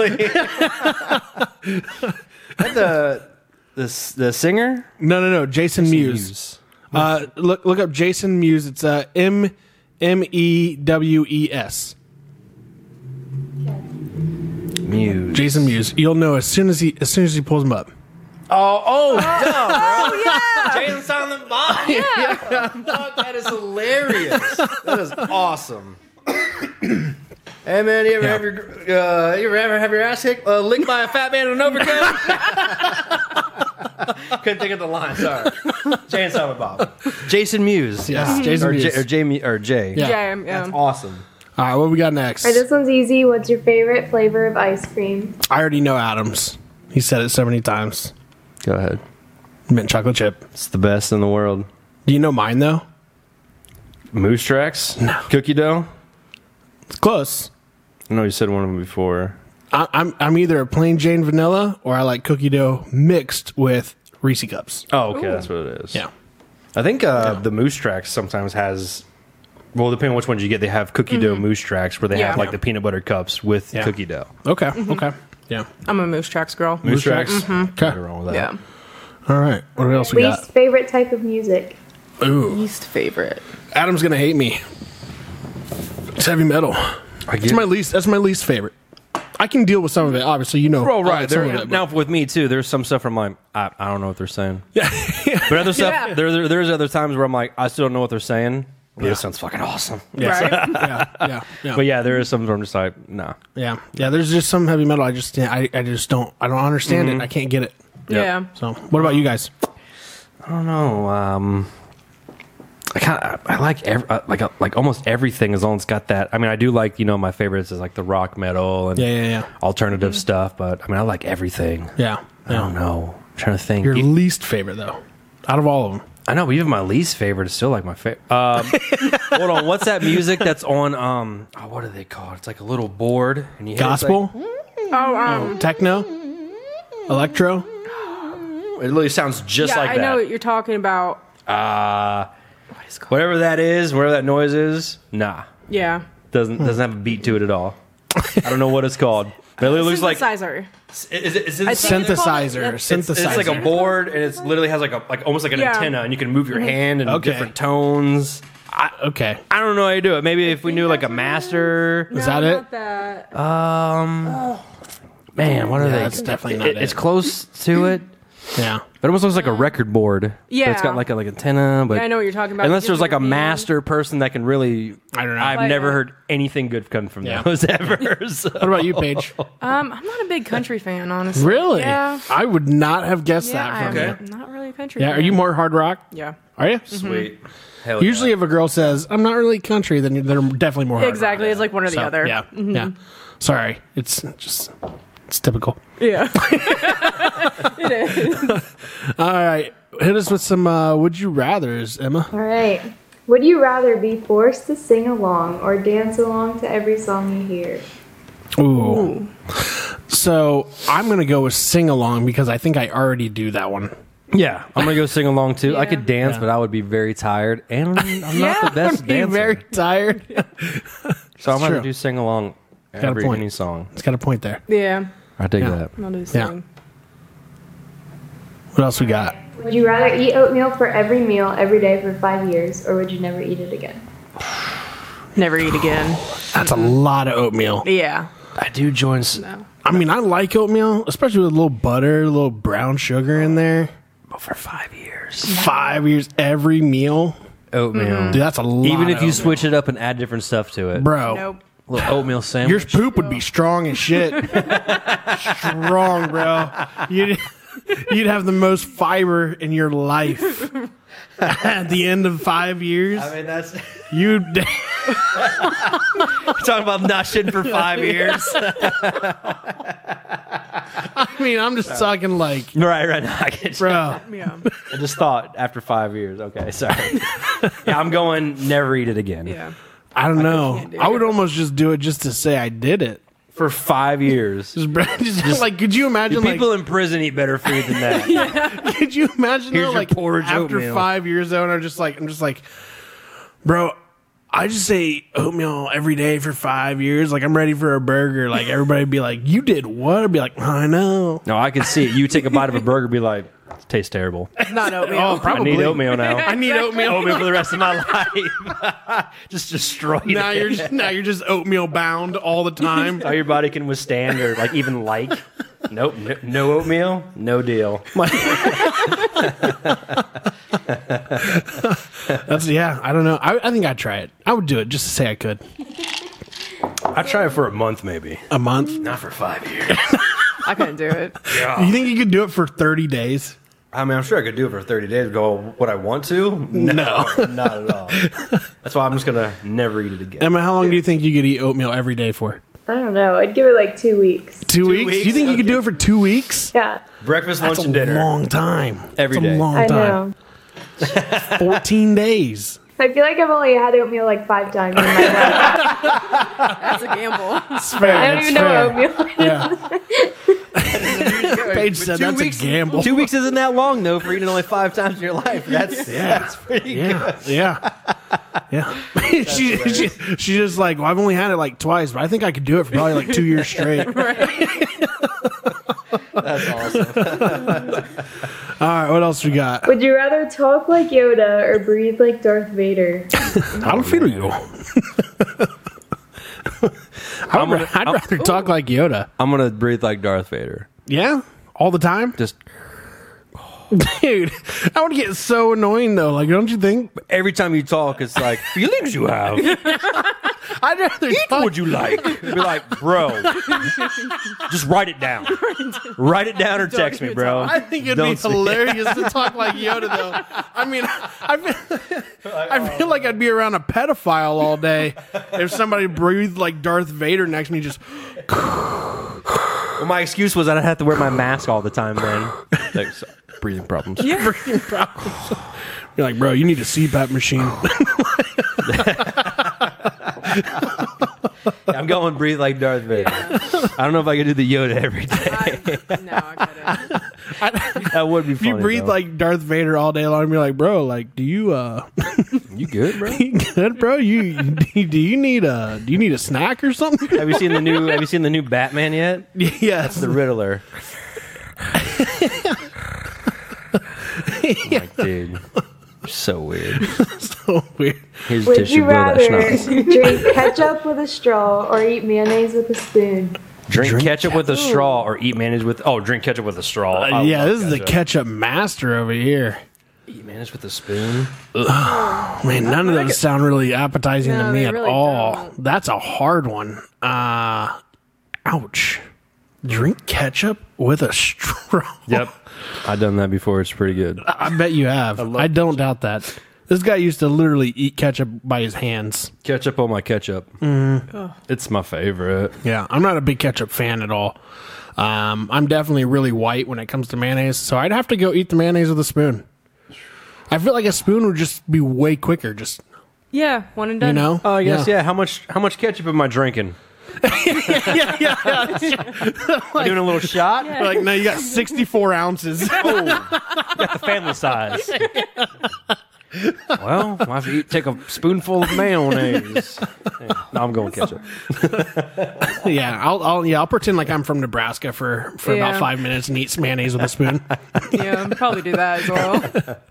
the the the singer
no, no, no. Jason, Mewes. Uh, look look up Jason Mewes. It's uh, M M E W E S.
Muse.
Jason Mewes. You'll know as soon as he as soon as he pulls him up.
Oh, oh, yeah. Jason Silent Bob. Yeah. Fuck, that is hilarious. That is awesome. hey man, you ever
Yeah.
have your uh, you ever, ever have your ass hit, uh, licked by a fat man in an overcoat? Couldn't think of the line. Sorry, Jason Silent Bob. Jason Mewes.
Yes, Jason
or
Mewes.
J, or Jamie or Jay.
Yeah.
Yeah, yeah.
That's awesome.
All right, what we got next?
Alright, this one's easy. What's your favorite flavor of ice cream?
I already know Adams. He said it so many times.
Go ahead.
Mint chocolate chip.
It's the best in the world.
Do you know mine though?
Moose tracks? No. Cookie dough?
It's close.
I know you said one of them before.
I, I'm I'm either a plain Jane vanilla or I like cookie dough mixed with Reese cups.
Oh, okay, that's what it is.
Yeah.
I think uh, the moose tracks sometimes has. Well, depending on which ones you get, they have cookie dough moose tracks where they
Mm-hmm. Yeah.
have like the peanut butter cups with
Yeah.
cookie dough.
Okay. Okay. Yeah.
I'm a Moose Tracks girl.
Moose tracks. Nothing
Okay.
wrong with that.
Mm-hmm. Yeah.
All right. What else we
Least
got?
favorite type of music?
Ooh,
Least favorite.
Adam's gonna hate me. It's heavy metal.
I
It's
get
my least. That's my least favorite. I can deal with some of it. Obviously, you know.
Oh, right.
some
There-
of it, but-
now with me too, there's some stuff I'm like, I, I don't know what they're saying. Yeah. but other stuff,
Yeah.
there, there- there's other times where I'm like, I still don't know what they're saying. But This sounds fucking awesome.
Right?
yeah, yeah, yeah,
But yeah, there is some where I'm just like, nah.
yeah, yeah. There's just some heavy metal. I just, I, I just don't, I don't understand it. I can't get it.
Yeah.
So, what about you guys?
I don't know. Um, I kind of I like ev- uh, like uh, like almost everything as long as it's got that. I mean, I do like you know my favorites is like the rock metal and
Yeah, yeah, yeah,
alternative
Mm-hmm.
stuff. But I mean, I like everything.
yeah.
I don't know. I'm trying to think.
Your
E-
least favorite though, out of all of them.
I know, but even my least favorite is still like my favorite. Um, hold on, what's that music that's on? Um, oh, what are they called? It's like a little board. And you hit it, it's
Gospel,
Oh, um,
techno, electro.
like- it literally sounds just
yeah,
like
I
that.
know what you're talking about.
Uh,
What is it called?
whatever that is, whatever that noise is, nah.
Yeah.
Doesn't
Hmm.
doesn't have a beat to it at all. I don't know what it's called. But it looks like
Synthesizer.
is it, is it
I think it's called-
Synthesizer,
it's-
it's, it's like a
synthesizer.
board and it's literally has like a like almost like an
Yeah. Mm-hmm.
antenna and you can move your hand in
Okay.
different tones.
Okay,
I don't know how you do it. Maybe if we knew like a master.
is that it?
Not that.
Um Man, what are
Yeah,
they?
that's definitely not it.
It's close to it.
Yeah,
But it almost looks like a record board. But it's
Yeah.
got like a like antenna, but
Yeah, I know what you're talking about.
Unless
You
there's
do
like a
the-
master person that can really
I don't know.
I've
Like
never
a-
heard anything good come from
Yeah.
those ever. so-
what about you, Paige?
Um, I'm not a big country fan, honestly.
Really?
Yeah.
I would not have guessed
Yeah,
that
I'm
from you.
not really a country.
Yeah,
fan.
are you more hard rock?
Yeah. Mm-hmm.
Are you?
Sweet. Hell yeah.
Usually, if a girl says, "I'm not really country," then they're definitely more hard
Exactly. It's like one or the
rock. So,
other. Mm-hmm.
Yeah, yeah. Sorry, it's just it's typical.
Yeah.
All right, hit us with some uh, "Would you rather"s, Emma.
Alright. Would you rather be forced to sing along or dance along to every song you hear?
Ooh. So I'm gonna go with sing along because I think I already do that one.
Yeah, I'm gonna go sing along too. I could dance,
Yeah.
but I would be very tired, and I'm, I'm not the best
Be
dancer.
very tired.
so I'm gonna
true.
do sing along
a
every
point.
any song.
it's got a point there.
yeah.
I dig
Yeah.
that.
I'll do the
Yeah.
same.
What else we got?
Would you rather eat oatmeal for every meal every day for five years, or would you never eat it again?
Never eat again.
That's a
Mm-hmm.
lot of oatmeal.
Yeah.
I do join. s-
No.
I mean, I like oatmeal, especially with a little butter, a little brown sugar in there. But for five years, five years every meal,
Oatmeal.
dude, that's a lot.
Even if
of
you
oatmeal.
switch it up and add different stuff to it,
bro,
Nope.
little oatmeal
your
sandwich.
poop would be strong as shit. strong, bro. You'd, you'd have the most fiber in your life. At the end of five years,
mean, that's
you'd
talking about not shitting for five years.
I mean, I'm just talking like,
right, right. I get you.
bro.
Yeah.
I just thought after five years. Okay, sorry. yeah, I'm going. Never eat it again.
Yeah.
I don't know.
do
I would almost just do it just to say I did it.
For five years.
Just, just, like, could you imagine? Like,
People in prison eat better food than that.
could you imagine?
Here's
Though,
your
like,
porridge
after
oatmeal.
five years though, and I'm just like, I'm just like, bro. I just ate oatmeal every day for five years. Like I'm ready for a burger. Like everybody'd be like, "You did what?" I'd be like, "I know."
No, I could see it. You take a bite of a burger, be like, tastes terrible.
Not
Oh,
oatmeal.
probably.
I need oatmeal
I
now.
need oatmeal.
oatmeal for the rest of my life. just destroyed
now
it.
you're just, now you're just oatmeal bound all the time.
All your body can withstand or like even like. Nope, no, no oatmeal, no deal.
That's yeah. I don't know. I, I think I'd try it. I would do it just to say I could.
I'd try it for a month, maybe.
A month.
Not for five years.
I couldn't do it.
You think you could do it for thirty days?
I mean, I'm sure I could do it for 30 days. Go, what I want to? No, not at all. That's why I'm just gonna never eat it again.
Emma, how long do you think you could eat oatmeal every day for?
I don't know. I'd give it like two weeks.
Two, weeks?
weeks?
You think you could do it for two weeks?
Yeah,
Breakfast, lunch,
That's a
and dinner.
long time.
Every
That's
day.
a long
I
time.
know.
Fourteen days.
I feel like I've only had oatmeal like five times in my life.
That's a gamble.
It's fair.
I don't even know what oatmeal. is.
Yeah. Paige said that's a gamble.
Two weeks isn't that long though for eating only five times in your life. That's
Yeah.
that's pretty good.
yeah, yeah, yeah. she, she, she's just like, well, I've only had it like twice, but I think I could do it for probably like two years straight. All
That's awesome.
right, what else we got?
Would you rather talk like Yoda or breathe like Darth Vader?
I don't feel you. I would, I'd rather talk like Yoda.
I'm gonna breathe like Darth Vader.
Yeah, all the time,
Just
dude. I would get so annoying though. Like, don't you think?
every time you talk, it's like feelings you have.
I'd rather talk.
Would you like? Be like, bro. Just write it down. write it down or text me, bro.
I think it'd
Don't
be
say-
hilarious to talk like Yoda, though. I mean, I feel, I feel like I'd be around a pedophile all day if somebody breathed like Darth Vader next to me. Just
Well, my excuse was that I'd have to wear my mask all the time. Then, like, so- breathing problems.
Yeah.
you're like, bro, you need a CPAP machine.
Oh, I'm going breathe like Darth Vader. I don't know if I could do the Yoda every day.
No, I couldn't.
if
That would be funny.
you breathe
though.
like Darth Vader all day long, you're like, bro, like, do you uh,
you good, bro?
you good, bro? You do you need a do you need a snack or something?
Have you seen the new Have you seen the new Batman yet?
yes,
The Riddler. I'm like, dude, so weird.
so weird.
Here's
Would
tissue,
you
bro. That's
rather
nice.
drink ketchup with a straw or eat mayonnaise with a spoon?
Drink, ketchup with a straw or eat mayonnaise with. Oh, drink ketchup with a straw.
Uh,
I
yeah,
love
this is the ketchup master over here.
Eat mayonnaise with a spoon.
Man, none of those sound really appetizing
No,
to me
they
at
really
all.
don't.
That's a hard one. Uh ouch. Drink ketchup with a straw.
Yep, I've done that before. It's pretty good.
I bet you have. I, don't doubt that. This guy used to literally eat ketchup by his hands.
Ketchup on my ketchup. Mm-hmm. Oh. It's my favorite.
Yeah, I'm not a big ketchup fan at all. Um, I'm definitely really white when it comes to mayonnaise, so I'd have to go eat the mayonnaise with a spoon. I feel like a spoon would just be way quicker. Just
Yeah, one and uh, done.
you know.
Oh yes, yeah. How much? How much ketchup am I drinking?
yeah, yeah, yeah.
Doing a little shot.
like no, you got 64 ounces.
Oh, got the family size. Well, I have to eat, take a spoonful of mayonnaise. no, I'm going ketchup.
yeah, I'll, I'll yeah I'll pretend like I'm from Nebraska for for
Yeah.
about five minutes and eat mayonnaise with a spoon.
Yeah, probably do that as well.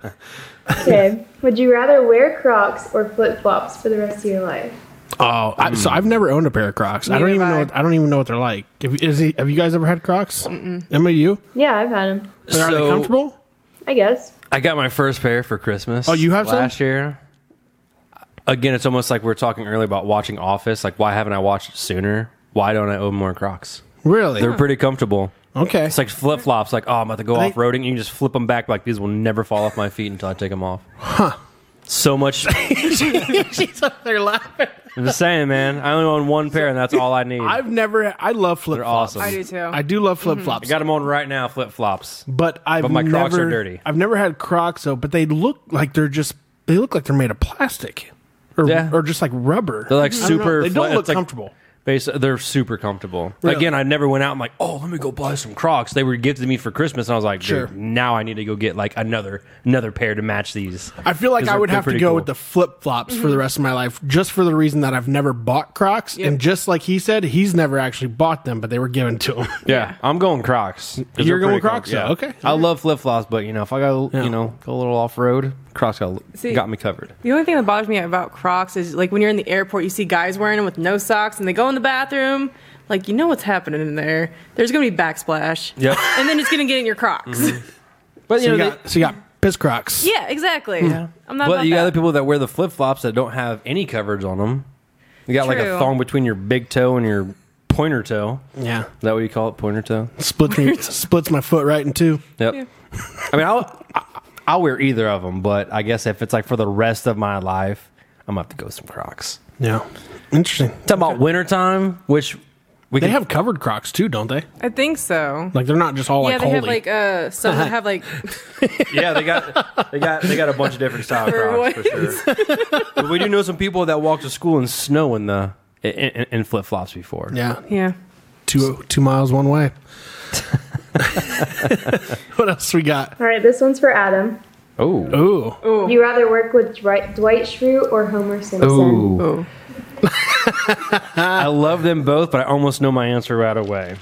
Okay. Would you rather wear Crocs or flip flops for the rest of your life?
Oh, I, so I've never owned a pair of Crocs. I
Neither
don't even
have
know.
I.
What, I don't even know what they're like. Have, you- is he, have you guys ever had Crocs? Mm-mm. Emma, you?
Yeah, I've had them.
But are they
So-
comfortable?
I guess.
I got my first pair for Christmas.
Oh, you have some?
last year. Again, it's almost like we were talking earlier about watching Office. Like, why haven't I watched it sooner? Why don't I own more Crocs?
Really?
They're pretty comfortable.
okay.
It's like flip flops. Like, oh, I'm about to go
They-
off roading. You can just flip them back. Like, these will never fall off my feet until I take them off. Huh. So much.
She's up there laughing.
I'm just saying, man. I only own one pair, and that's all I need. I
I've never. I love flip
They're
flops.
awesome.
I do too. Mm-hmm.
I do love flip flops.
got them on right now. Flip flops.
but I've
But my
never,
Crocs are dirty.
I've never had Crocs though, but they look like they're just. They look like they're made of plastic, or
Yeah.
or just like rubber.
They're like
I don't know.
super.
They don't
fla-
look
it's like-
comfortable.
Bas they're super comfortable.
Really?
Again, I never went out. and like, oh, let me go buy some Crocs. They were gifted to me for Christmas, and I was like,
Sure.
dude, now I need to go get like another another pair to match these.
I feel like
'Cause
I
they're-
would
they're
have to
pretty
go
cool.
with the flip flops for the rest of my life, just for the reason that I've never bought Crocs, and just like he said, he's never actually bought them, but they were given to him.
Yeah, I'm going Crocs. 'Cause
You're
they're
going
pretty
Crocs,
comfortable.
though. Okay.
I love flip flops, but you know, if I got
Yeah.
you know go a little off road, Crocs got,
See-
got me covered.
The only thing that bothers me about Crocs is like when you're in the airport, you see guys wearing them with no socks, and they go in the bathroom. Like you know what's happening in there. There's gonna be backsplash.
Yep.
And then it's gonna get in your Crocs.
Mm-hmm.
But
so, you got, so you got piss Crocs.
Yeah, exactly.
Mm-hmm.
I'm not.
but
about
you got
that.
other people that wear the flip flops that don't have any coverage on them. You got like a
True.
thong between your big toe and your pointer toe.
Yeah,
Is that what you call it? Pointer toe.
splits me, splits my foot right in two.
Yep. I mean, I'll I- I'll wear either of them, but I guess if it's like for the rest of my life, I'm gonna have to go with some Crocs.
Yeah, interesting.
Talking about wintertime, which we
They
can
have covered Crocs too, don't they?
I think so.
Like they're not just all
yeah,
like
they
holy.
have like uh some that have like
yeah they got they got they got a bunch of different style Crocs for sure. but we do know some people that walk to school in snow in the in, in, in flip flops before.
yeah,
yeah.
two two miles one way. what else we got?
All right, this one's for Adam.
Oh.
Ooh,
Would you rather work with Dwight, Dwight Schrute or Homer Simpson?
Ooh.
Oh.
I love them both, but I almost know my answer right away.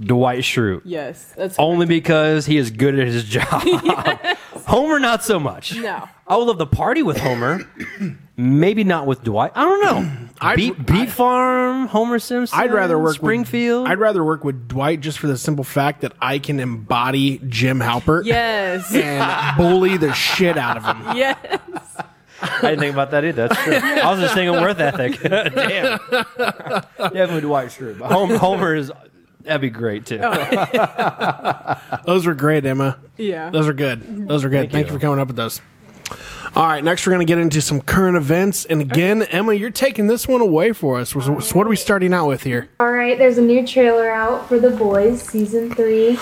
Dwight Schrute.
Yes, that's
only because he is good at his job. Homer, not so much.
No.
I would love to party with Homer. Maybe not with Dwight. I don't know.
I'd-
Beat, Beat Farm, Homer Simpson.
I'd rather work
Springfield.
With, I'd rather work with Dwight just for the simple fact that I can embody Jim Halpert
yes,
and bully the shit out of him.
yes.
I didn't think about that either. That's true. I was just thinking worth ethic. Damn. Definitely Dwight Schrute. But Homer, Homer is that'd be great too.
Those were great, Emma.
Yeah.
Those are good. Those are good. Thank, you. for coming up with those. All right, next we're going to get into some current events. And again, Emma, you're taking this one away for us. So, so what are we starting out with here?
All right, there's a new trailer out for The Boys season three.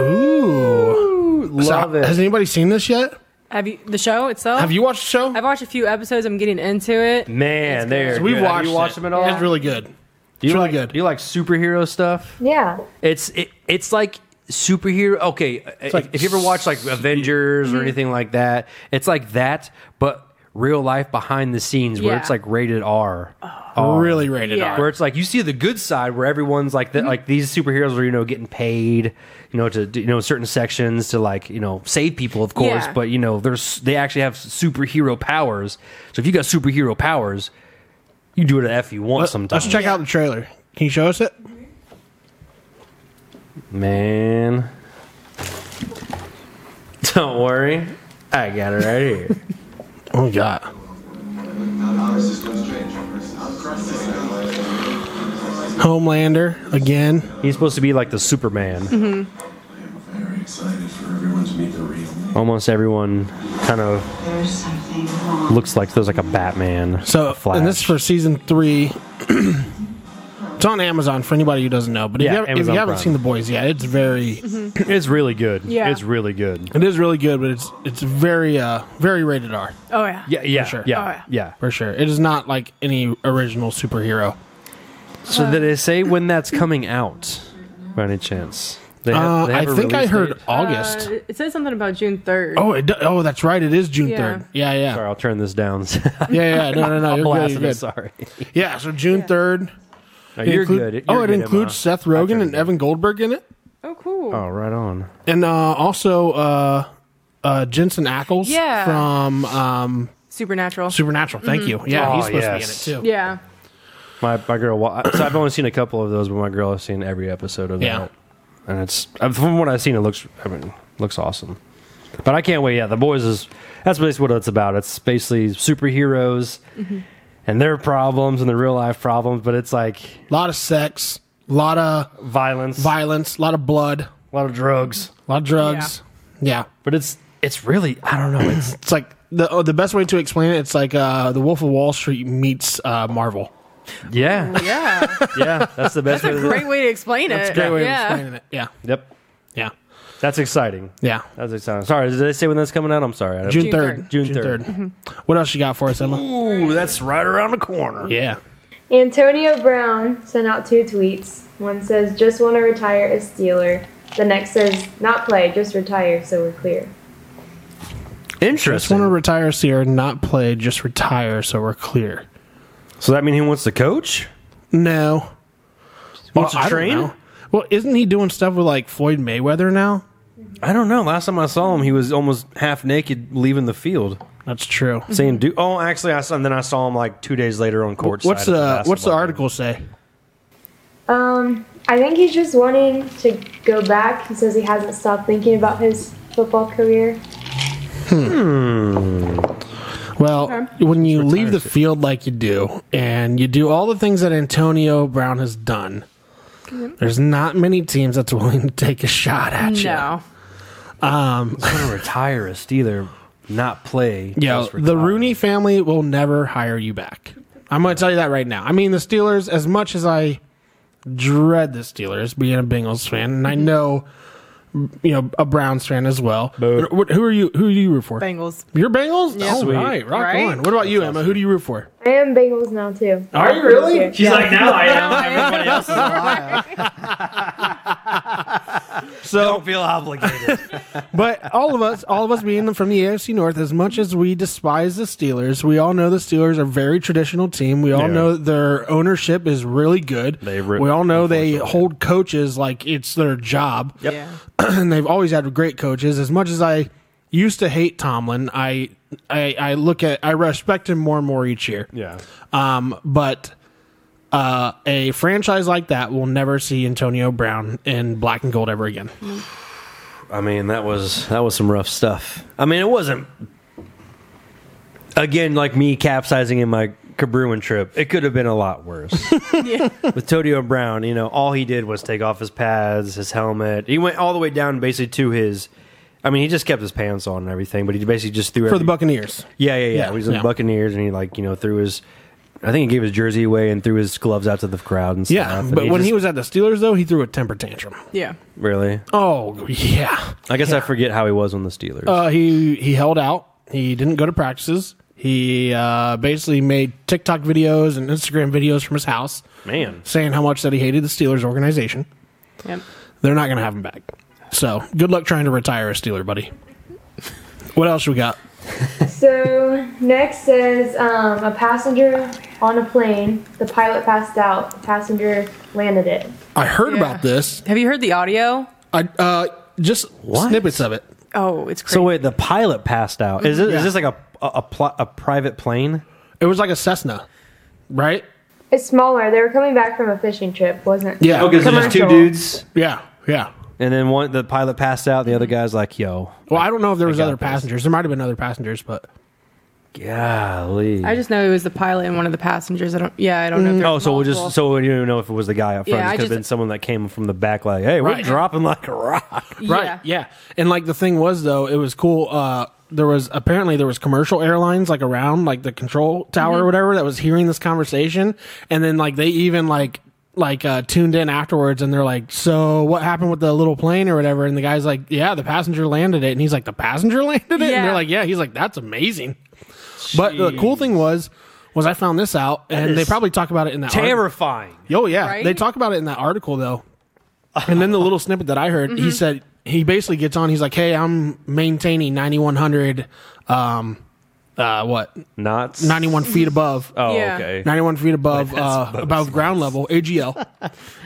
Ooh.
Love
So, Has
it.
anybody seen this yet?
Have you the show itself?
Have you watched the show?
I've watched a few episodes. I'm getting into it.
Man, there.
We've watched
You watched
it.
them at all?
It's really good.
Do you
really
like,
good.
Do you like superhero stuff?
Yeah.
It's it, it's like superhero. Okay, if-
like mm-hmm.
if you ever watch like Avengers or anything like that, it's like that, but real life behind the scenes where
Yeah. Uh-huh.
it's like rated R.
Really rated
Yeah.
R.
Where it's like you see the good side, where everyone's like that,
Mm-hmm.
like these superheroes are you know getting paid, you know to do, you know certain sections to like you know save people, of course,
Yeah.
but you know there's they actually have superhero powers. So if you got superhero powers, you do what the f you want sometimes.
Uh, Let's check out the trailer. Can you show us it?
Man. Don't worry. I got it right here.
Oh, God. Homelander again.
He's supposed to be like the Superman.
Very excited for everyone to meet the real me.
Almost everyone kind of
There's something wrong.
looks like there's like a Batman.
So,
a Flash.
and this is for season three. it's on Amazon for anybody who doesn't know. But if
Yeah,
you, haven't, if you
Amazon
haven't
Prime.
seen The Boys yet, it's very,
it's really good.
Yeah.
It's really good.
it is really good. But it's it's very, uh, very rated R
Oh yeah.
Yeah, yeah,
sure.
yeah,
Oh,
yeah.
for sure. It is not like any original superhero.
So did they say when that's coming out? By any chance? They have-
Uh,
they have
I
a
think I
release
heard
date?
August.
Uh, it says something about June 3rd.
oh, it, do- oh, that's right. It is June
Yeah.
third. Yeah, yeah,
Sorry, I'll turn this down.
yeah, yeah. No, no, no. You're
I'm
good.
blasting
You're
it,
good.
sorry.
Yeah, so June third.
No, you're
include-
good. You're
oh, it
good,
includes
Emma.
Seth Rogen and Evan Goldberg in it,
Oh, cool.
Oh, right on.
and uh, also uh, uh, Jensen Ackles
Yeah.
from um,
Supernatural.
Supernatural. Thank you. Yeah,
Oh,
he's supposed
yes.
to be in it too.
yeah.
My my girl. wa- So I've only seen a couple of those, but my girl has seen every episode of
Yeah.
that. And it's uh, from what I've seen, it looks. I mean, looks awesome. But I can't wait. Yeah, the boys is that's basically what it's about. It's basically superheroes
Mm-hmm.
and their problems and their real life problems. But it's like
A lot of sex, a lot of
violence,
violence, a lot of blood,
a lot of drugs.
a lot of drugs. Yeah,
But it's it's really I don't know. It's
it's like the oh, the best way to explain it. It's like uh, the Wolf of Wall Street meets uh, Marvel.
yeah,
Yeah.
yeah. That's the best way.
That's a
to do it.
great way to explain it.
Great way
yeah.
of explaining it. Yeah,
Yep,
yeah,
that's exciting.
yeah.
That's exciting. Sorry, did I say when that's coming out? I'm sorry. I don't-
June
June
third. Mm-hmm.
3rd.
June
3rd
3rd.
What else you got for us, Emma?
Ooh, that's right around the corner.
Yeah.
Antonio Brown sent out two tweets. One says, just want to retire as Steeler. The next says, not play, just retire so we're clear.
Just want
Interesting.
to retire Sierra, not play, just retire so we're clear.
so that mean he wants to coach?
No.
Wants
Well,
to
I don't
train?
know. Well, isn't he doing stuff with like Floyd Mayweather now?
I don't know. Last time I saw him, he was almost half naked leaving the field,
That's true.
saying, "Do." Oh, actually, I saw. And then I saw him like two days later on court.
What's
side
the
at
what's the
basketball
article say?
Um, I think he's just wanting to go back. He says he hasn't stopped thinking about his football career.
Well, when you leave the field like you do, and you do all the things that Antonio Brown has done, there's not many teams that's willing to take a shot at you.
No.
game. He's going to retire a Steeler, not play.
Yeah,
just
the
retire.
Rooney family will never hire you back. I'm going to tell you that right now. I mean, the Steelers, as much as I dread the Steelers being a Bengals fan, and I
Mm-hmm.
know, you know, a Browns fan as well.
Boo.
What- Who are you? Who do you root for?
Bengals.
Your Bengals?
Yeah.
All
Sweet.
right, rock
Right?
on. What about you, Emma? Who do you root for?
I am Bengals now, too.
Are you really?
She's like, now I am. Everybody else is
So,
feel obligated.
but all of us, all of us being from the AFC North, as much as we despise the Steelers, we all know the Steelers are a very traditional team. We all
Yeah.
know their ownership is really good.
They re-
we all know they hold coaches like it's their job.
Yeah.
and they've always had great coaches. As much as I used to hate Tomlin, I I, I look at I respect him more and more each year.
yeah.
Um, but uh, a franchise like that will never see Antonio Brown in black and gold ever again.
I mean, that was that was some rough stuff. I mean, it wasn't again like me capsizing in my Cabruin trip. It could have been a lot worse. With Todio Brown, you know, all he did was take off his pads, his helmet. He went all the way down basically to his. I mean, he just kept his pants on and everything, but he basically just threw
For the
every-
Buccaneers.
Yeah, yeah, yeah.
Yeah,
he was in
yeah.
the Buccaneers, and he like you know threw his. I think he gave his jersey away and threw his gloves out to the crowd and stuff.
Yeah,
and
but when he
just-
was at the Steelers, though, he threw a temper tantrum.
Yeah.
really,
Oh yeah,
I guess I forget how he was on the Steelers.
uh, he he held out. He didn't go to practices. He uh, basically made TikTok videos and Instagram videos from his house,
Man,
saying how much that he hated the Steelers organization.
Yep.
They're not going to have him back. So good luck trying to retire a Steeler, buddy. What else we got?
So, next says um, a passenger on a plane. The pilot passed out. The passenger landed it.
I heard
Yeah.
about this.
Have you heard the audio?
I uh, just
What?
snippets of it.
Oh, it's crazy.
So wait, the pilot passed out. Is this,
Yeah.
is this like a a, a, pl- a private plane?
It was like a Cessna, right?
It's smaller. They were coming back from a fishing trip, wasn't
Yeah.
Okay, so just two
Commercial.
dudes.
Yeah. Yeah.
And then one, the pilot passed out. The other guy's like, "Yo,
Well, I don't know if there was
got
other
this.
passengers. There might have been other passengers, but
golly."
I just know it was the pilot and one of the passengers. I don't. Yeah, I don't know. If
oh,
there's
so we'll
multiple.
just so we didn't know if it was the guy up front.
Yeah,
it
I
could have
just-
been someone that came from the back, like, "Hey, we're
Right.
dropping like a rock."
Right. Yeah. And like the thing was though, it was cool. Uh, there was apparently there was commercial airlines like around like the control tower or whatever that was hearing this conversation, and then like they even like like uh, tuned in afterwards and they're like, so what happened with the little plane or whatever? And the guy's like, yeah, the passenger landed it, and he's like, the passenger landed it, and
Yeah.
they're like, yeah, he's like, that's amazing. But the cool thing was. Was I found this out, and they
is
probably talk about it in that. article.
Terrifying.
Oh yeah,
Right?
they talk about it in that article though. And then the little snippet that I heard, he said he basically gets on. He's like, "Hey, I'm maintaining 9100, um, uh, what
Knots.
91 feet above,
Oh,
Yeah.
okay.
91 feet above uh, above ground level AGL,"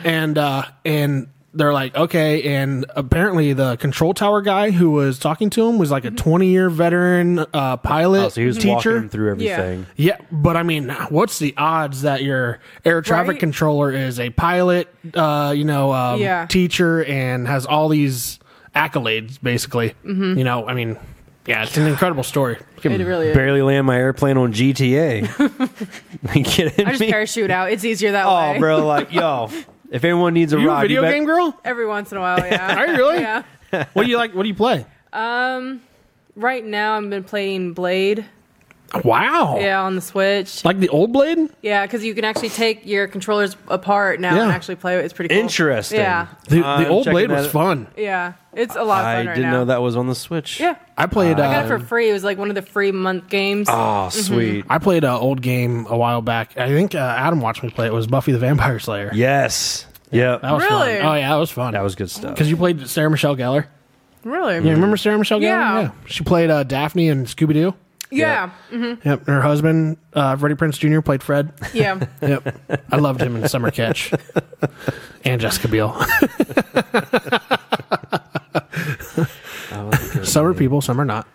and uh, and they're like, "Okay." And apparently, the control tower guy who was talking to him was like a 20 year veteran uh, pilot,
Oh, so he was walking
teacher.
him through
Yeah.
everything.
Yeah, but I mean, what's the odds that your air traffic
Right.
controller is a pilot, uh, you know, um,
Yeah.
teacher, and has all these accolades? Basically,
Mm-hmm.
you know, I mean, yeah, it's an incredible story.
It really is.
Barely land my airplane on GTA. you kidding
I just
me?
parachute out. It's easier that way.
Oh, bro, like yo, if anyone needs a
You a
ride,
video
you bet-
game girl?
Every once in a while, yeah.
Are you really?
Yeah.
What do you like? What do you play?
Right now, I've been playing Blade.
Wow,
Yeah, on the Switch.
like the old Blade.
Yeah, because you can actually take your controllers apart now and
Yeah.
actually play it. It's pretty cool.
Interesting.
Yeah,
The,
I'm
the old
Uh, checking
Blade
that
was
out.
fun.
yeah. It's a lot of
I
fun right
didn't
now.
know that was on the Switch.
Yeah,
I played.
I got
Uh,
it for free. It was like one of the free month games.
Oh,
Mm-hmm.
sweet.
I played an old game a while back. I think uh, Adam watched me play. It was Buffy the Vampire Slayer.
Yes. Yep.
that was
Really?
fun. Oh yeah, that was fun.
That was good stuff.
because you played Sarah Michelle Gellar.
really?
You remember Sarah Michelle Gellar?
Yeah.
She played uh, Daphne in Scooby Doo.
Mm-hmm.
Yeah, Mm,
Yep. And her husband, uh, Freddie Prince Jr., played Fred.
yeah.
Yep. I loved him in Summer Catch. And Jessica Biel. some are people, some are not.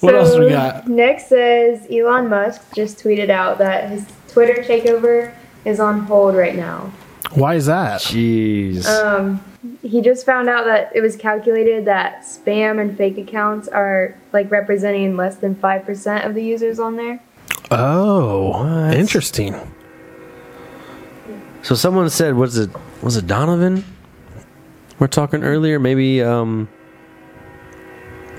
What else we got?
Next says Elon Musk just tweeted out that his Twitter takeover is on hold right now.
Why is that?
Jeez.
Uh,
He just found out that it was calculated that spam and fake accounts are like representing less than 5% of the users on there.
Oh, interesting.
so someone said, "Was it was it Donovan?" We're talking earlier. Maybe um,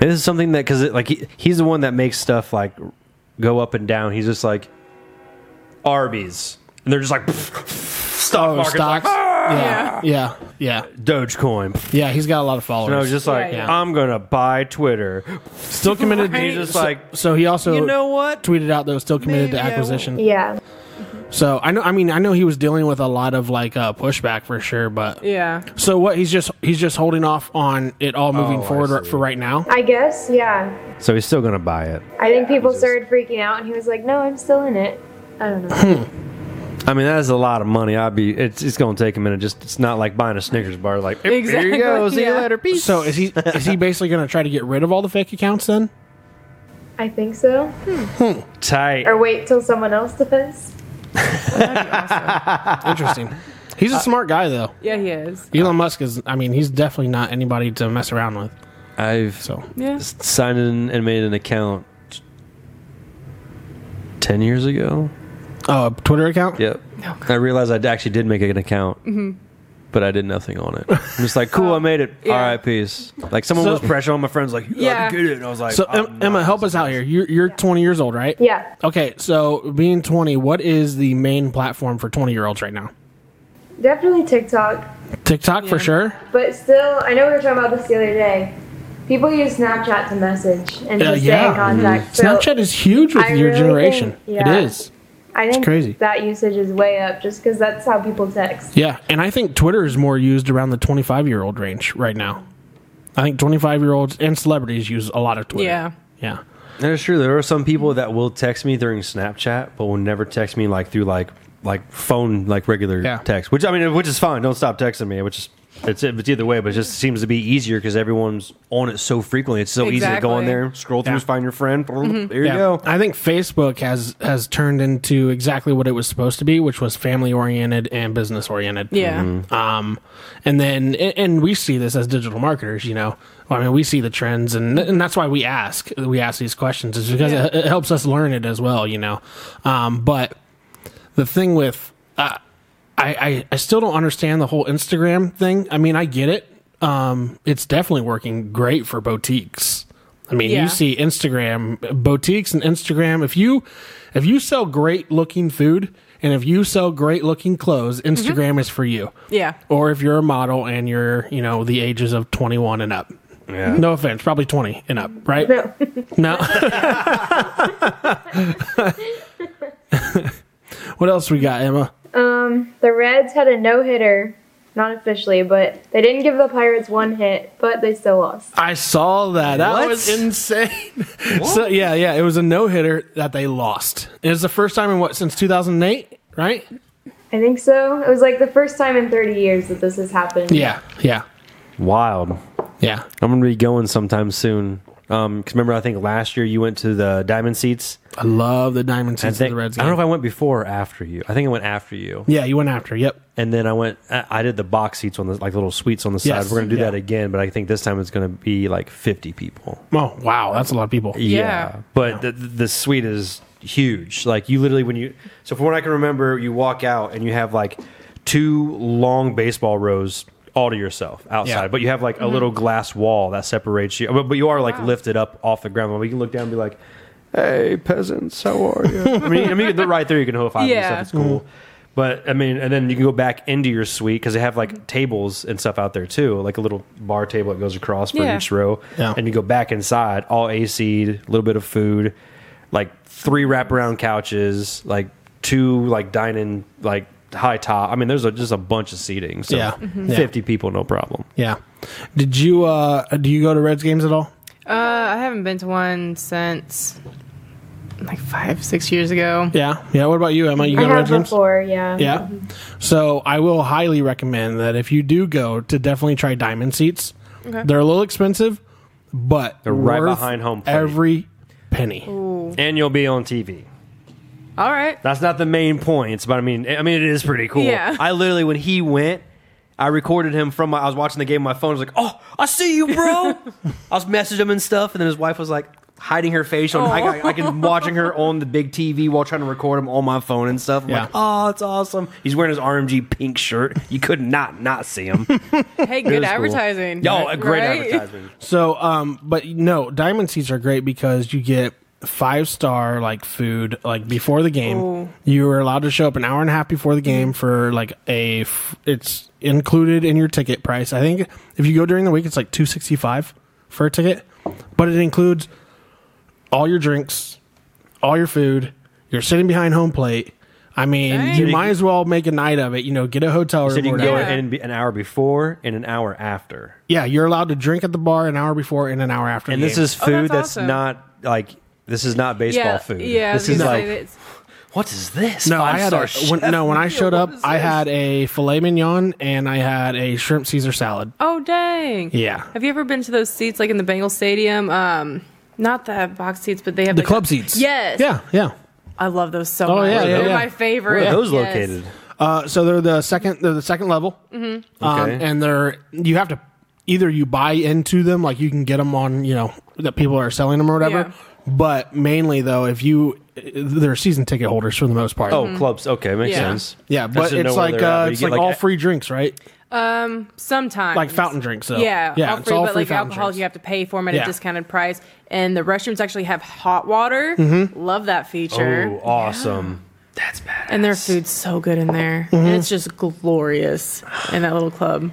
this is something that because like he, he's the one that makes stuff like go up and down. He's just like Arby's, and they're just like stock
Oh,
market's like, ah!
stocks. yeah. yeah. Yeah.
Dogecoin.
Yeah. He's got a lot of
And I
followers.
was just like,
Yeah, yeah.
I'm gonna buy Twitter.
still committed
And he's just
So-
like,
so he also
you know what?
tweeted out that was still committed to
Maybe I will.
acquisition.
Yeah.
So I know. I mean, I know he was dealing with a lot of like uh, pushback for sure. But
Yeah.
so what? He's just he's just holding off on it all moving
Oh, I
forward
see.
for right now.
I guess, yeah.
So he's still gonna buy it.
I think people
just-
started freaking out and he was like, no, I'm still in it. I don't know.
I mean, that is a lot of money. I'd be. It's, it's gonna take a minute. Just it's not like buying a Snickers bar. Like here
Exactly,
you go. See
yeah.
you later. Peace.
So is he is he basically going to try to get rid of all the fake accounts then?
I think so.
tight.
Or wait till someone else does.
Interesting. He's a smart guy though.
Yeah, he is.
Elon Musk is. I mean, he's definitely not anybody to mess around with.
I've
So
Yeah.
s- signed in and made an account ten years ago.
uh, Twitter account.
Yep. I realized I d- actually did make an account,
Mm-hmm.
but I did nothing on it. I'm just like, cool, I made it.
Oh. yeah.
All right, peace. Like someone
So-
was pressure on my friends, like, you
Yeah.
gotta get it. And I was like, "Oh,
So
I'm
Em-
not
Emma, help us
using
out
this.
here. You're you're 20 years old, right?
Yeah.
Okay, so being 20, what is the main platform for 20 year olds right now?
Definitely TikTok.
TikTok for sure.
But still, I know we were talking about this the other day. People use Snapchat to message and
Uh,
to stay
yeah. Mm-hmm.
in contact. So
Snapchat is huge with
I
your
really
generation.
think- yeah.
It is.
I think
crazy.
that usage is way up just because that's how people text.
Yeah, and I think Twitter is more used around the 25 year old range right now. I think 25 year olds and celebrities use a lot of Twitter.
Yeah.
Yeah.
That is true. There are some people that will text me during Snapchat, but will never text me like through like like phone like regular
Yeah.
text. Which I mean, which is fine. Don't stop texting me. Which is it's it's either way, but it just seems to be easier because everyone's on it so frequently. It's so easy to go on
Exactly.
there, scroll through,
Yeah.
find your friend. There you
Yeah.
go.
I think Facebook has has turned into exactly what it was supposed to be, which was family oriented and business oriented.
Yeah.
Mm-hmm.
Um, and then and, and we see this as digital marketers, you know. I mean, we see the trends, and and that's why we ask we ask these questions is because it, it helps us learn it as well, you know. Um, but the thing with uh, I, I I still don't understand the whole Instagram thing. I mean, I get it. Um, it's definitely working great for boutiques. I mean,
Yeah.
you see Instagram boutiques and Instagram. If you if you sell great looking food and if you sell great looking clothes, Instagram is for you.
Yeah.
Or if you're a model and you're you know the ages of 21 and up.
Yeah.
No offense, probably 20 and up, right? No. What else we got, Emma?
Um, the Reds had a no hitter, not officially, but they didn't give the Pirates one hit, but they still lost.
I saw that. That
What?
was insane. So yeah, yeah, it was a no hitter that they lost. It was the first time in what since 2008, right?
I think so. It was like the first time in 30 years that this has happened.
Yeah, yeah,
Wild.
yeah.
I'm gonna be going sometime soon. Um, 'cause remember, I think last year you went to the Diamond Seats.
I love the diamond
I,
seats of
think,
the Reds.
I don't know if
game.
I went before or after you. I think I went after you,
yeah, you went after. Yep.
and then I went. I I did the box seats on the like little suites on the side.
Yes,
We're gonna do
yeah.
that again, but I think this time it's gonna be like 50 people.
Oh wow, that's a lot of people.
Yeah.
But the, the suite is huge. Like you literally when you so from what I can remember, you walk out and you have like two long baseball rows all to yourself outside.
Yeah.
But you have like a
Mm-hmm.
little glass wall that separates you. But, but you are like lifted up off the ground. But you can look down and be like, "Hey peasants, how are you?" I mean, I mean, they're right there. You can high five
Yeah.
and stuff. It's cool. But I mean, and then you can go back into your suite because they have like tables and stuff out there too, like a little bar table that goes across for
Yeah.
each row.
Yeah.
And you go back inside, all AC, a little bit of food, like three wraparound couches, like two like dining like high top. I mean, there's a, just a bunch of seating. So
Yeah. Mhm. Yeah.
fifty people, no problem.
Yeah. Did you uh do you go to Reds games at all?
Uh, I haven't been to one since like five, six years ago.
Yeah. Yeah. What about you, Emma? You go
I
to
have
Reds games?
before, yeah.
Yeah. So I will highly recommend that if you do go to definitely try diamond seats. They're a little expensive, but
They're right
worth
behind home plate.
Every penny.
And you'll be on TV.
All right.
That's not the main points, but I mean, I mean, it is pretty cool.
Yeah.
I literally, when he went, I recorded him from my. I was watching the game on my phone. I was like, "Oh, I see you, bro." I was messaging him and stuff, and then his wife was like hiding her face. On, I, I, I can
Oh.
watching her on the big TV while trying to record him on my phone and stuff. I'm
Yeah.
like, "Oh, it's awesome." He's wearing his RMG pink shirt. You could not not see him.
Hey, good advertising.
Yo, a great
Right?
advertisement.
So, um, but no, diamond seats are great because you get five star like food like before the game. You are allowed to show up an hour and a half before the game for like a. F- it's included in your ticket price. I think if you go during the week, it's like two sixty five for a ticket, but it includes all your drinks, all your food. You're sitting behind home plate. I mean,
Dang.
you might as well make a night of it. You know, get a hotel room.
Said you
or
can go
whatever.
Yeah.
in be- an hour before and an hour after.
yeah, you're allowed to drink at the bar an hour before and an hour after.
And
the
this
game.
is
Oh,
food
that's
that's,
awesome.
not like this is not baseball
Yeah,
food.
yeah. I was
this is
gonna say
like
that's-
what is this?
No, I had a,
Five-star
when,
chef
no. When I
meal,
showed up,
what is
I
this?
had a filet mignon and I had a shrimp Caesar salad.
oh dang.
Yeah.
Have you ever been to those seats like in the Bengal Stadium? Um, not the box seats, but they have
The
like,
club
a-
seats.
Yes.
Yeah, yeah.
I love those so
Oh,
much.
yeah, yeah,
They're
yeah.
my favorite.
Where are those
Yes.
located?
Uh, so they're the second. They're the second level, mm-hmm. um,
Okay.
and they're you have to either you buy into them, like you can get them on you know that people are selling them or whatever. But mainly though, if you they're season ticket holders for the most part.
Oh, clubs. Okay, makes
Mm-hmm. Yeah.
sense.
yeah,
I
but
should know
it's
where
like
they're at,
uh,
but you
it's
get,
like, all free drinks, right?
Sometimes.
Like fountain drinks, though.
Yeah,
yeah,
all
it's
free,
all
but
free
like
fountain
alcohol,
drinks.
you have to pay for them at
Yeah.
a discounted price. And the restrooms actually have hot water.
Mm-hmm.
Love that feature.
Oh, awesome. That's bad.
And their food's so good in there.
Mm-hmm.
And it's just glorious in that little club.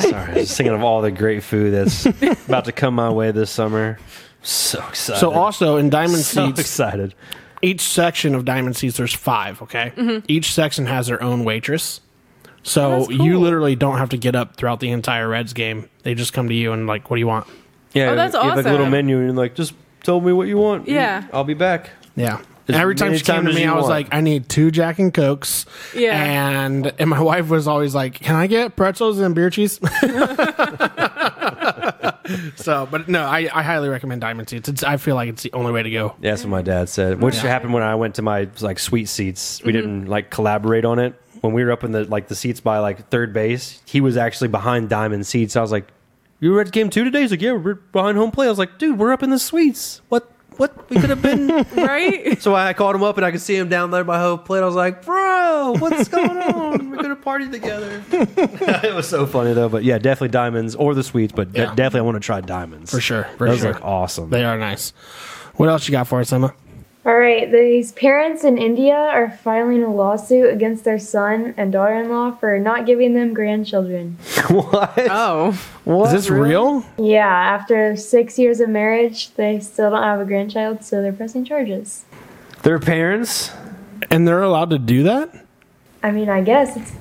Sorry, I was just thinking of all the great food that's about to come my way this summer. So excited.
so also in diamond
so
seats,
excited.
each section of Diamond Seats, there's five, okay? Each section has their own waitress. So
Mm-hmm. Oh, that's
you
cool.
literally don't have to get up throughout the entire Reds game. They just come to you and, like, what do you want?
Yeah,
Oh, that's
you have like a little
awesome.
menu and you're like just tell me what you want. and
Yeah.
I'll be back.
Yeah.
As
every time
many
she came
times
to
as
me,
you
I was
want.
like, I need two Jack and Cokes.
Yeah.
And, and my wife was always like, Can I get pretzels and beer cheese? so, but no, I, I highly recommend Diamond Seats. It's, I feel like it's the only way to go.
Yeah, that's what my dad said.
Mm-hmm.
Which happened when I went to my like sweet seats. We didn't like collaborate on it. When we were up in the like the seats by like third base, he was actually behind diamond seats. I was like, "You were at game two today?" He's like, "Yeah, we're behind home plate." I was like, "Dude, we're up in the suites. What? What? We could have been."
Right?
so I called him up and I could see him down there by home plate. I was like, "Bro, what's going on? We could have partied together." it was so funny though. But yeah, definitely diamonds or the suites. But de-
Yeah.
definitely, I want to try diamonds
For sure, for
Those
sure.
look awesome.
They are nice. What else you got for us, Emma?
All right, these parents in India are filing a lawsuit against their son and daughter in law for not giving them grandchildren.
what?
Oh.
Is this real?
Yeah, after six years of marriage, they still don't have a grandchild, so they're pressing charges.
Their parents?
And they're allowed to do that?
I mean, I guess it's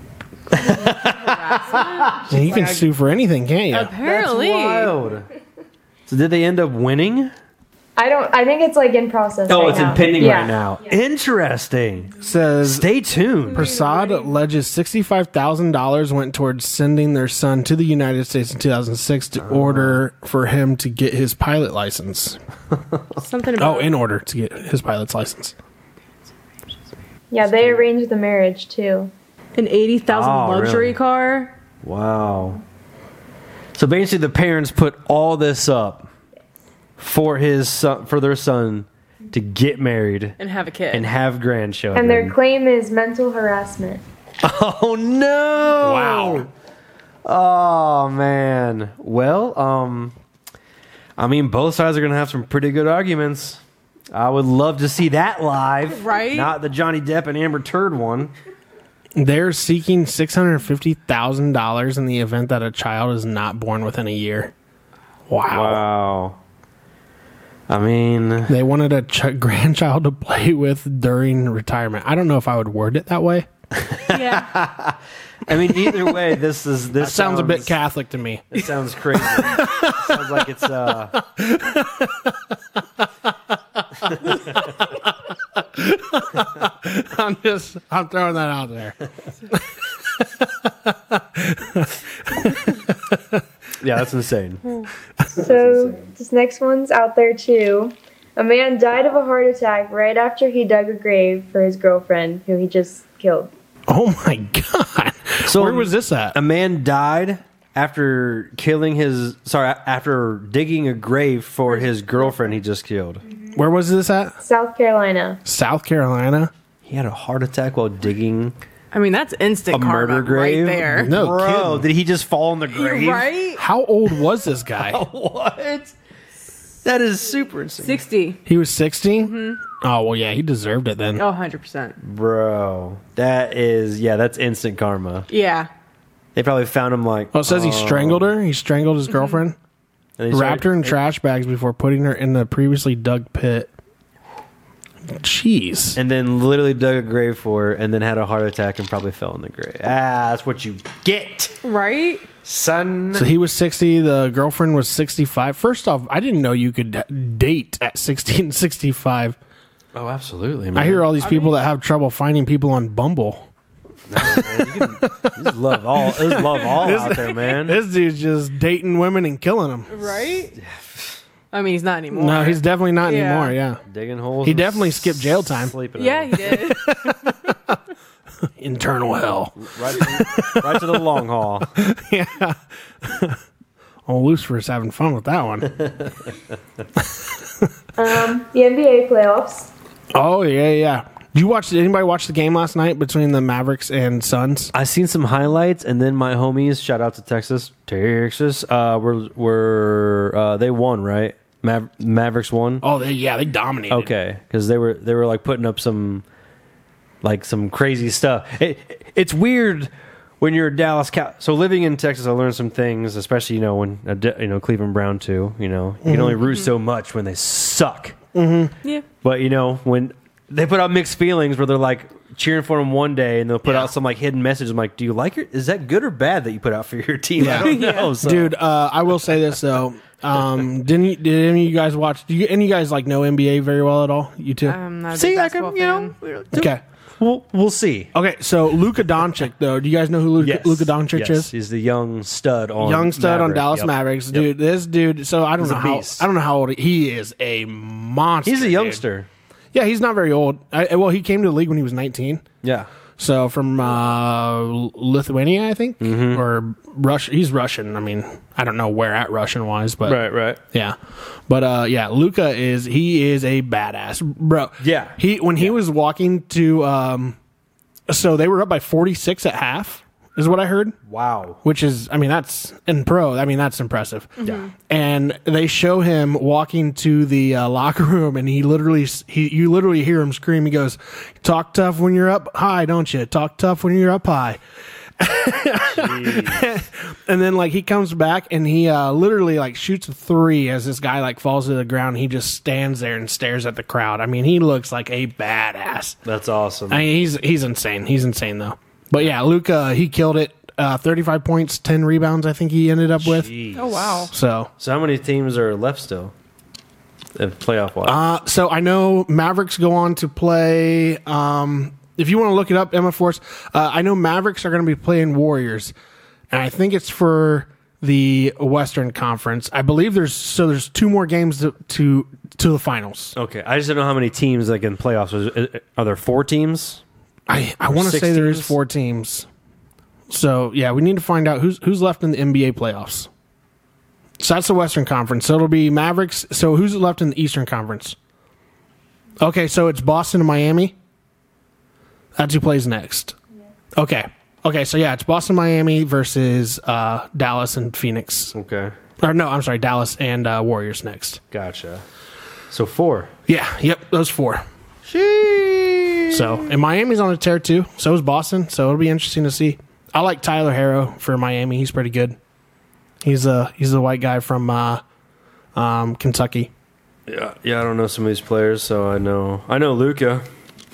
you can sue for anything, can't you?
Apparently.
wild. So did they end up winning?
I don't. I think it's like in process.
Oh,
right
it's
now.
impending
Yeah.
right now. Interesting.
Says
Stay tuned.
Prasad alleges $65,000 went towards sending their son to the United States in 2006 to order for him to get his pilot license.
Something
Oh,
about
in order to get his pilot's license.
Yeah, they arranged the marriage too.
an 80,000
Oh,
luxury
really?
car.
Wow. So basically, the parents put all this up for his son, for their son to get married
And have a kid.
and have grandchildren.
And their claim is mental harassment.
oh no! Wow. Oh man. Well, um, I mean, both sides are gonna have some pretty good arguments. I would love to see that live,
Right?
Not the Johnny Depp and Amber Turd one.
They're seeking $650,000 in the event that a child is not born within a year. Wow.
Wow. I mean,
They wanted a ch- grandchild to play with during retirement. I don't know if I would word it that way.
yeah.
I mean, either way, this is this
That sounds a bit Catholic to me.
It sounds crazy. sounds like it's uh
I'm just I'm throwing that out there.
yeah, that's insane.
So this next one's out there too. A man died of a heart attack right after he dug a grave for his girlfriend, who he just killed.
Oh my god.
So um,
Where was this at?
A man died after killing his sorry, after digging a grave for his girlfriend he just killed.
Where was this at?
South Carolina.
South Carolina?
He had a heart attack while digging
I mean, that's instant
a
karma
murder grave.
right there.
No
Bro, did he just fall in the grave?
Right?
How old was this guy?
What? That is super insane.
60.
He was 16? Oh, well, yeah, he deserved it then.
Oh, 100%.
Bro, that is yeah, that's instant karma.
Yeah.
They probably found him like
Well, Oh, it says he strangled her. He strangled his girlfriend,
and they
wrapped
started-
her in trash bags before putting her in the previously dug pit. Jeez.
and then literally dug a grave for her, and then had a heart attack and probably fell in the grave. Ah, that's what you get,
Right?
son.
So he was 60, the girlfriend was 65. First off, I didn't know you could date at 16, 65.
Oh, absolutely, man.
I hear all these people that have trouble finding people on Bumble.
There's love all. There's love all out there, man.
This dude's just dating women and killing them.
Right? I mean, he's not anymore.
No, he's definitely not
Yeah.
anymore. Yeah,
Digging holes.
He
and
definitely skipped jail time.
Sleeping.
Yeah,
in
he did.
internal hell.
them. Right, to, right to the long haul.
Yeah. oh, Lucifer's having fun with that one.
The NBA playoffs.
oh yeah, yeah. Do you watch? Did anybody watch the game last night between the Mavericks and Suns?
I seen some highlights, and then my homies, shout out to Texas, Texas. Uh, were were uh, they won right? Maver- Mavericks won.
Oh, they, yeah, they dominated.
Okay, because they were they were like putting up some like some crazy stuff. It, it's weird when you're a Dallas Cow. So living in Texas, I learned some things, especially you know when a D- you know Cleveland Brown too. You know you can only
Mm-hmm.
root so much when they suck.
yeah.
But you know when they put out mixed feelings where they're like cheering for them one day and they'll put
Yeah.
out some like hidden message. I'm like, do you like it? Is that good or bad that you put out for your team?
Yeah.
I don't know, so-
dude. Uh, I will say this though. Um, didn't you, did any of you guys watch? Do you, any of you guys like know NBA very well at all? You too.
I'm not a
See,
big
I can you
basketball fan.
know
okay.
we'll we'll see.
Okay, so Luka Doncic though. Do you guys know who Luka,
Yes.
Luka Doncic
Yes.
is?
He's the young stud on
young stud on
Maverick.
Dallas
Yep.
Mavericks,
Yep.
dude. This dude, so I don't know
a
how
beast.
I don't know how old he, he is. A monster.
He's a
dude.
youngster.
Yeah, he's not very old. I, well, he came to the league when he was 19.
Yeah.
So from uh, Lithuania, I think,
Mm-hmm.
or Russia. He's Russian. I mean, I don't know where at Russian wise, but
right.
yeah, but uh, yeah, Luca is he is a badass, bro.
Yeah.
he when he was walking to, um, so they were up by 46 at half, is what I heard
Wow.
which is I mean that's in pro. I mean that's impressive. Yeah. And they show him walking to the uh, locker room, and he literally s- he you literally hear him scream. He goes, "Talk tough when you're up high, don't you? Talk tough when you're up high." and then like he comes back and he uh, literally like shoots a three as this guy like falls to the ground. He just stands there and stares at the crowd. I mean, he looks like a badass.
That's awesome.
I mean, he's he's insane. He's insane though. But yeah, Luca he killed it. Uh, Thirty-five points, ten rebounds. I think he ended up with.
Jeez.
Oh wow.
So
So how many teams are left still? In playoff wise.
Uh, so I know Mavericks go on to play. Um, if you want to look it up, Emma Force, uh, I know Mavericks are going to be playing Warriors, and I think it's for the Western Conference. I believe there's so there's two more games to to, to the finals.
okay, I just don't know how many teams like in playoffs. Is- Are there four teams?
I, I want to
Six
say there is
teams?
four teams. So yeah, we need to find out who's who's left in the NBA playoffs. So that's the Western Conference. So it'll be Mavericks. So who's left in the Eastern Conference? Okay, so it's Boston and Miami. That's who plays next. Okay. Okay, so yeah, it's Boston, Miami versus uh, Dallas and Phoenix.
Okay,
Or no, I'm sorry, Dallas and uh, Warriors next.
gotcha. So four.
Yeah, yep, those four. So, and Miami's on a tear too. So is Boston. So it'll be interesting to see. I like Tyler Harrow for Miami. He's pretty good. He's a he's the white guy from uh, um, Kentucky.
Yeah, yeah. I don't know some of these players, so I know. I know Luca.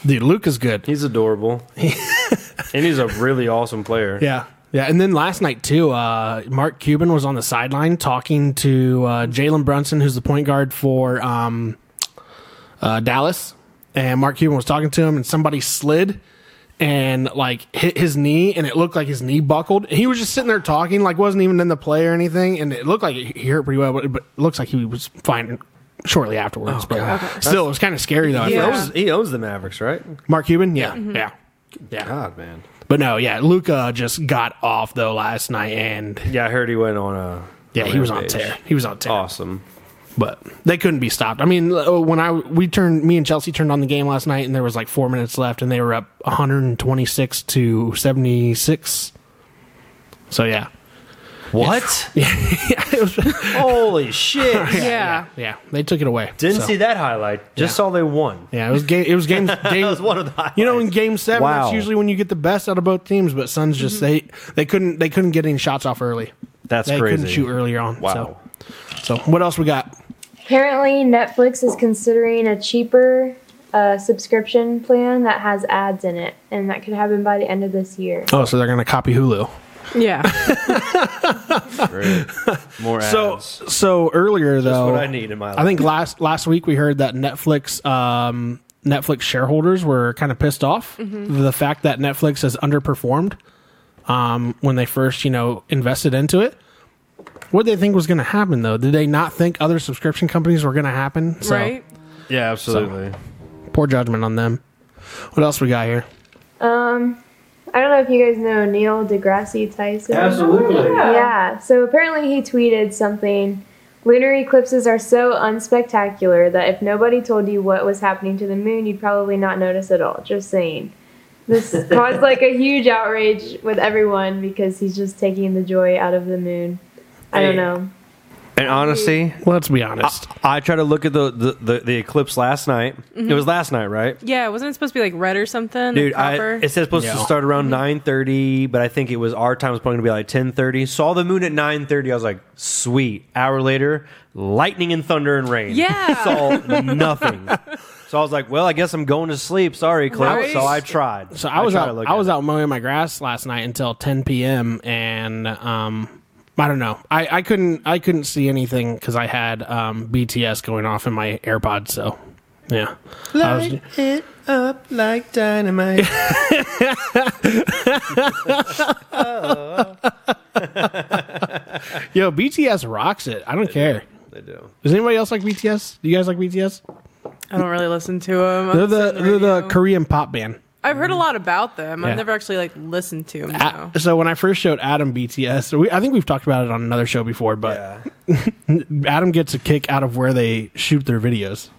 Dude, Luke is good.
He's adorable, and he's a really awesome player.
Yeah, yeah. And then last night too, uh, Mark Cuban was on the sideline talking to uh, Jalen Brunson, who's the point guard for um, uh, Dallas. And Mark Cuban was talking to him, and somebody slid and like hit his knee, and it looked like his knee buckled. And he was just sitting there talking, like wasn't even in the play or anything. And it looked like he hurt pretty well, but it, but it looks like he was fine shortly afterwards. but still, it was kind of scary though. I
He,
felt.
owns, he owns the Mavericks, right?
Mark Cuban, yeah, yeah, yeah.
God, man.
But no, yeah, Luca just got off though last night, and
Yeah, I heard he went on a.
yeah, he was on
rampage.
tear. He was on tear.
Awesome.
But they couldn't be stopped. I mean, l- when I we turned, me and Chelsea turned on the game last night, and there was like four minutes left, and they were up 126 to 76. So yeah,
What?
yeah, it was,
Holy shit!
Yeah.
yeah, they took it away.
Didn't
So,
see that highlight. Just
Yeah.
saw they won.
Yeah, it was game. It was game. game
That was one of the highlights.
you know, in game seven,
Wow. Mm-hmm.
that's usually when you get the best out of both teams. But Suns just they they couldn't they couldn't get any shots off early.
That's
they
crazy.
couldn't shoot earlier on.
Wow.
So, so what else we got?
Apparently, Netflix is considering a cheaper uh, subscription plan that has ads in it, and that could happen by the end of this year.
Oh, so they're gonna copy Hulu.
Yeah.
Great. More ads.
So so earlier though,
what I need in my
I
life.
think last last week we heard that Netflix um, Netflix shareholders were kind of pissed off the fact that Netflix has underperformed um, when they first you know invested into it. What did they think was going to happen though? Did they not think other subscription companies were going to happen? So
right.
yeah, absolutely.
poor judgment on them. What else we got here?
I don't know if you guys know Neil deGrasse Tyson.
Absolutely.
Yeah, so apparently he tweeted something. Lunar eclipses are so unspectacular that if nobody told you what was happening to the moon, you'd probably not notice at all. Just saying. This caused like a huge outrage with everyone because he's just taking the joy out of the moon. I don't know.
And honesty,
Let's be honest.
I tried to look at the the, the, the eclipse last night.
Mm-hmm.
It was last night, right?
Yeah. Wasn't it supposed to be like red or something?
Dude,
like
I,
copper?
it said it's supposed to
Yeah.
start
Mm-hmm.
around nine thirty, but I think it was our time was probably gonna be like ten thirty. Saw the moon at nine thirty. I was like, sweet. Hour later, lightning and thunder and rain.
Yeah.
saw nothing. So I was like, well, I guess I'm going to sleep. Sorry, eclipse.
Right.
So I tried.
So I was
tried to
out.
look
I
at
was
it.
out mowing my grass last night until 10 p.m. and um, I don't know. I, I couldn't I couldn't see anything because I had um, BTS going off in my AirPods. So yeah, I was-
it up like dynamite.
yo BTS rocks it. I don't care.
they do.
Does anybody else like BTS? Do you guys like BTS?
I don't really listen to them.
They're the they're the Korean pop band.
I've heard a lot about them.
Yeah.
I've never actually like listened to them.
A- so when I first showed Adam BTS, we, I think we've talked about it on another show before, but
Yeah.
Adam gets a kick out of where they shoot their videos.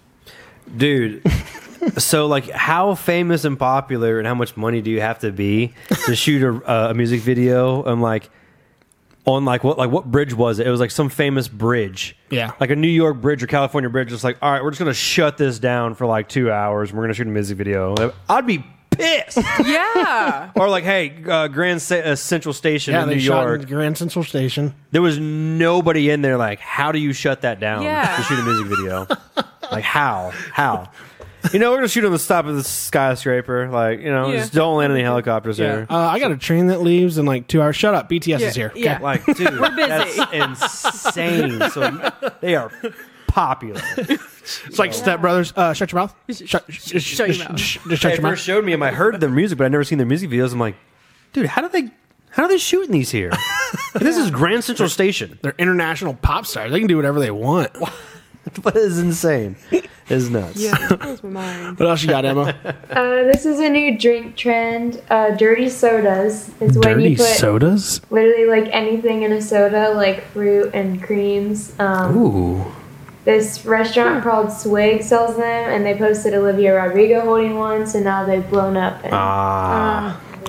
Dude. so like how famous and popular and how much money do you have to be to shoot a, a music video? I'm like on like what like what bridge was it? It was like some famous bridge.
Yeah.
Like a New York bridge or California bridge. It's like, all right, we're just gonna shut this down for like two hours and we're gonna shoot a music video. I'd be pissed.
Yeah.
or like, hey, uh, Grand Sa- uh, Central Station
yeah,
in
they
New
shot
York.
in Grand Central Station.
there was nobody in there. Like, how do you shut that down
Yeah.
to shoot a music video? like, how? How? You know, we're gonna shoot on the top of the skyscraper. Like, you know,
Yeah.
just don't land any helicopters
Yeah.
there.
Uh, I got a train that leaves in like two hours. Shut up. BTS is here.
Yeah.
Like, dude,
We're busy.
that's insane. So they are popular.
It's like Step Brothers. Uh, shut your mouth. Shut, sh- sh-
shut your
sh-
mouth.
sh- just
They
shut your
first
mouth.
showed me them. I heard their music, but I never seen their music videos. I'm like, dude, how do they? How are they shooting these here? And This is Grand Central Station.
They're international pop stars. They can do whatever they want.
That is insane. It's nuts.
What else you got, Emma?
Uh, this is a new drink trend. Uh, dirty sodas is when you put
sodas.
literally like anything in a soda, like fruit and creams. Um,
Ooh.
This restaurant called Swig sells them, and they posted Olivia Rodrigo holding one, so now they've blown up. And,
Ah.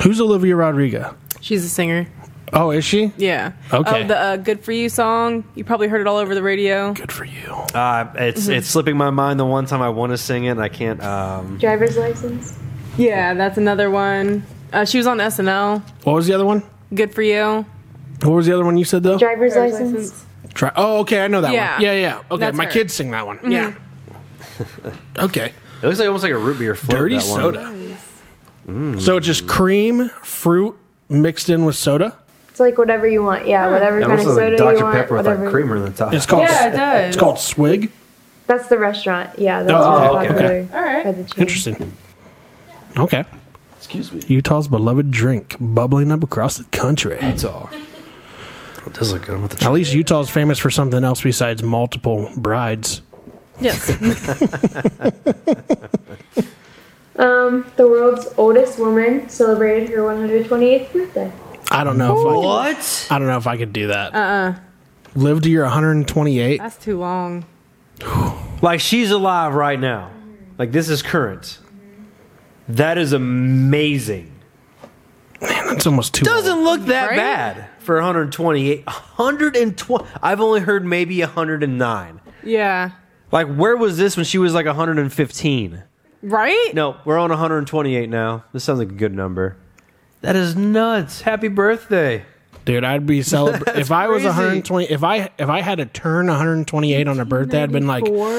Who's Olivia Rodrigo?
She's a singer.
Oh, is she?
Yeah.
Okay.
Oh, the uh, "Good for You" song. You probably heard it all over the radio.
Good for you.
Uh, it's
Mm-hmm.
it's slipping my mind the one time I want to sing it and I can't. Um,
driver's license.
Yeah, that's another one. Uh, she was on SNL.
What was the other one?
Good for you.
What was the other one you said though?
Driver's, license.
Try- oh, okay, I know that
Yeah.
one. Yeah, yeah. Okay,
That's
my
her. Mm-hmm.
kids sing that one. Yeah. okay.
it looks like almost like a root beer float.
Dirty
that one.
soda. So it's just cream, fruit mixed in with soda.
It's like whatever you want. Yeah, whatever
That
kind
looks
of soda
like
you
Dr
want.
Pepper with
whatever.
like creamer in the top.
It's called.
Yeah, it does.
It's called Swig.
That's the restaurant. Yeah, that's
Oh,
really
okay.
popular.
Okay.
All right.
by the chain.
Interesting. Okay.
Excuse me.
Utah's beloved drink bubbling up across the country.
all. It does look good. I'm with the
At least Utah's famous for something else besides multiple brides.
Yes.
Um, the world's oldest woman celebrated her 128th birthday.
I don't know if I could,
what?
I don't know if I could do that. Uh-uh. Live to your 128.
that's too long.
Like she's alive right now. Like this is current. That is amazing.
That's almost too old.
Doesn't look that
Right?
bad for 128. 120. I've only heard maybe 109.
Yeah.
Like where was this when she was like 115?
Right?
No, we're on 128 now. This sounds like a good number. That is nuts. Happy birthday.
Dude, I'd be celebrating. if I was
crazy.
120, if I if I had to turn 128 on a birthday, I'd been like,
Four.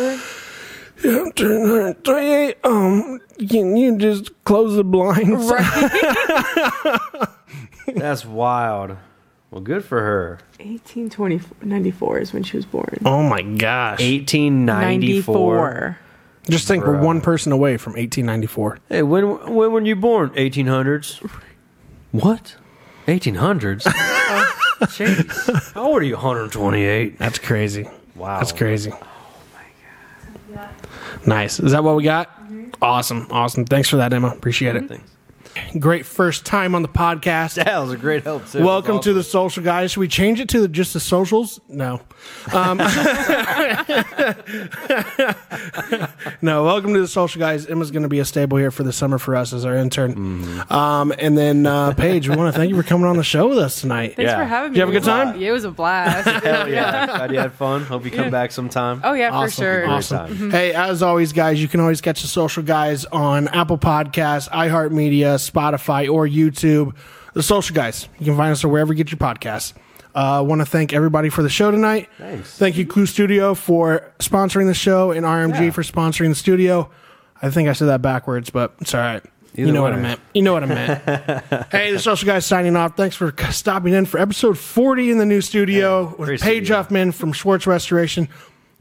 "Yeah, turn 128. Um, can you just close the blinds?
Right.
That's wild. Well, good for her.
1894 is when she was born.
Oh my gosh!
1894.
Just think, we're
Bruh.
one person away from 1894.
Hey, when when were you born? 1800s. What? 1800s. Jeez. How old are you? 128.
That's crazy.
Wow.
That's crazy. Oh my god! Nice. Is that what we got?
Mm-hmm.
Awesome. Awesome. Thanks for that, Emma. Appreciate it.
Thanks.
Great first time on the podcast.
That was a great help. Too.
Welcome to the social guys. Should we change it to the, just the socials? No. Um, no. Welcome to the social guys. Emma's going to be a stable here for the summer for us as our intern.
Mm-hmm.
Um, and then uh, Paige, we want to thank you for coming on the show with us tonight.
Thanks
Yeah.
for having me.
Did you have a good time?
Yeah, it was a blast.
Hell yeah. Glad you had fun. Hope you come back sometime.
oh yeah, for
Awesome.
sure.
Awesome. Mm-hmm.
time.
Hey, as always, guys, you can always catch the social guys on Apple Podcasts, iHeartMedia, Spotify, or YouTube. The social guys. You can find us wherever you get your podcasts. I uh, want to thank everybody for the show tonight.
Thanks.
Thank you, Clue Studio, for sponsoring the show and RMG
Yeah.
for sponsoring the studio. I think I said that backwards, but it's all right. you
Either
know what
way.
I meant. You know what I meant. hey, the social guys signing off. Thanks for stopping in for episode 40 in the new studio with
great
Paige
studio.
Huffman from Schwartz Restoration.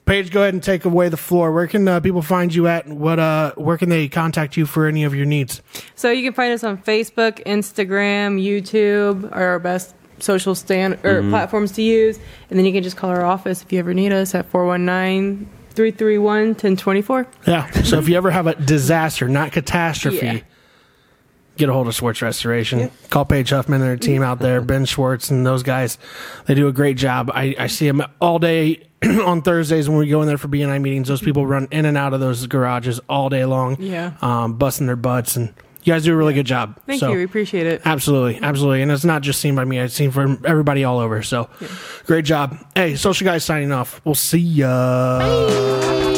Paige, go ahead and take away the floor. Where can uh, people find you at? And what uh, where can they contact you for any of your needs?
So you can find us on Facebook, Instagram, YouTube, are our best social stand or platforms to use. And then you can just call our office if you ever need us at 419 331 1024.
Yeah. So if you ever have a disaster, not catastrophe,
Yeah.
get a hold of Schwartz Restoration. Call Paige Huffman and her team out there, Ben Schwartz and those guys. They do a great job. I, I see them all day on Thursdays when we go in there for BNI meetings. Those people run in and out of those garages all day long.
Yeah.
Um, busting their butts and you guys do a really good job.
Thank
So-
you. We appreciate it.
Absolutely, absolutely, and it's not just seen by me. It's seen from everybody all over. So, great job. Hey, social guys, signing off. We'll see ya.
Bye.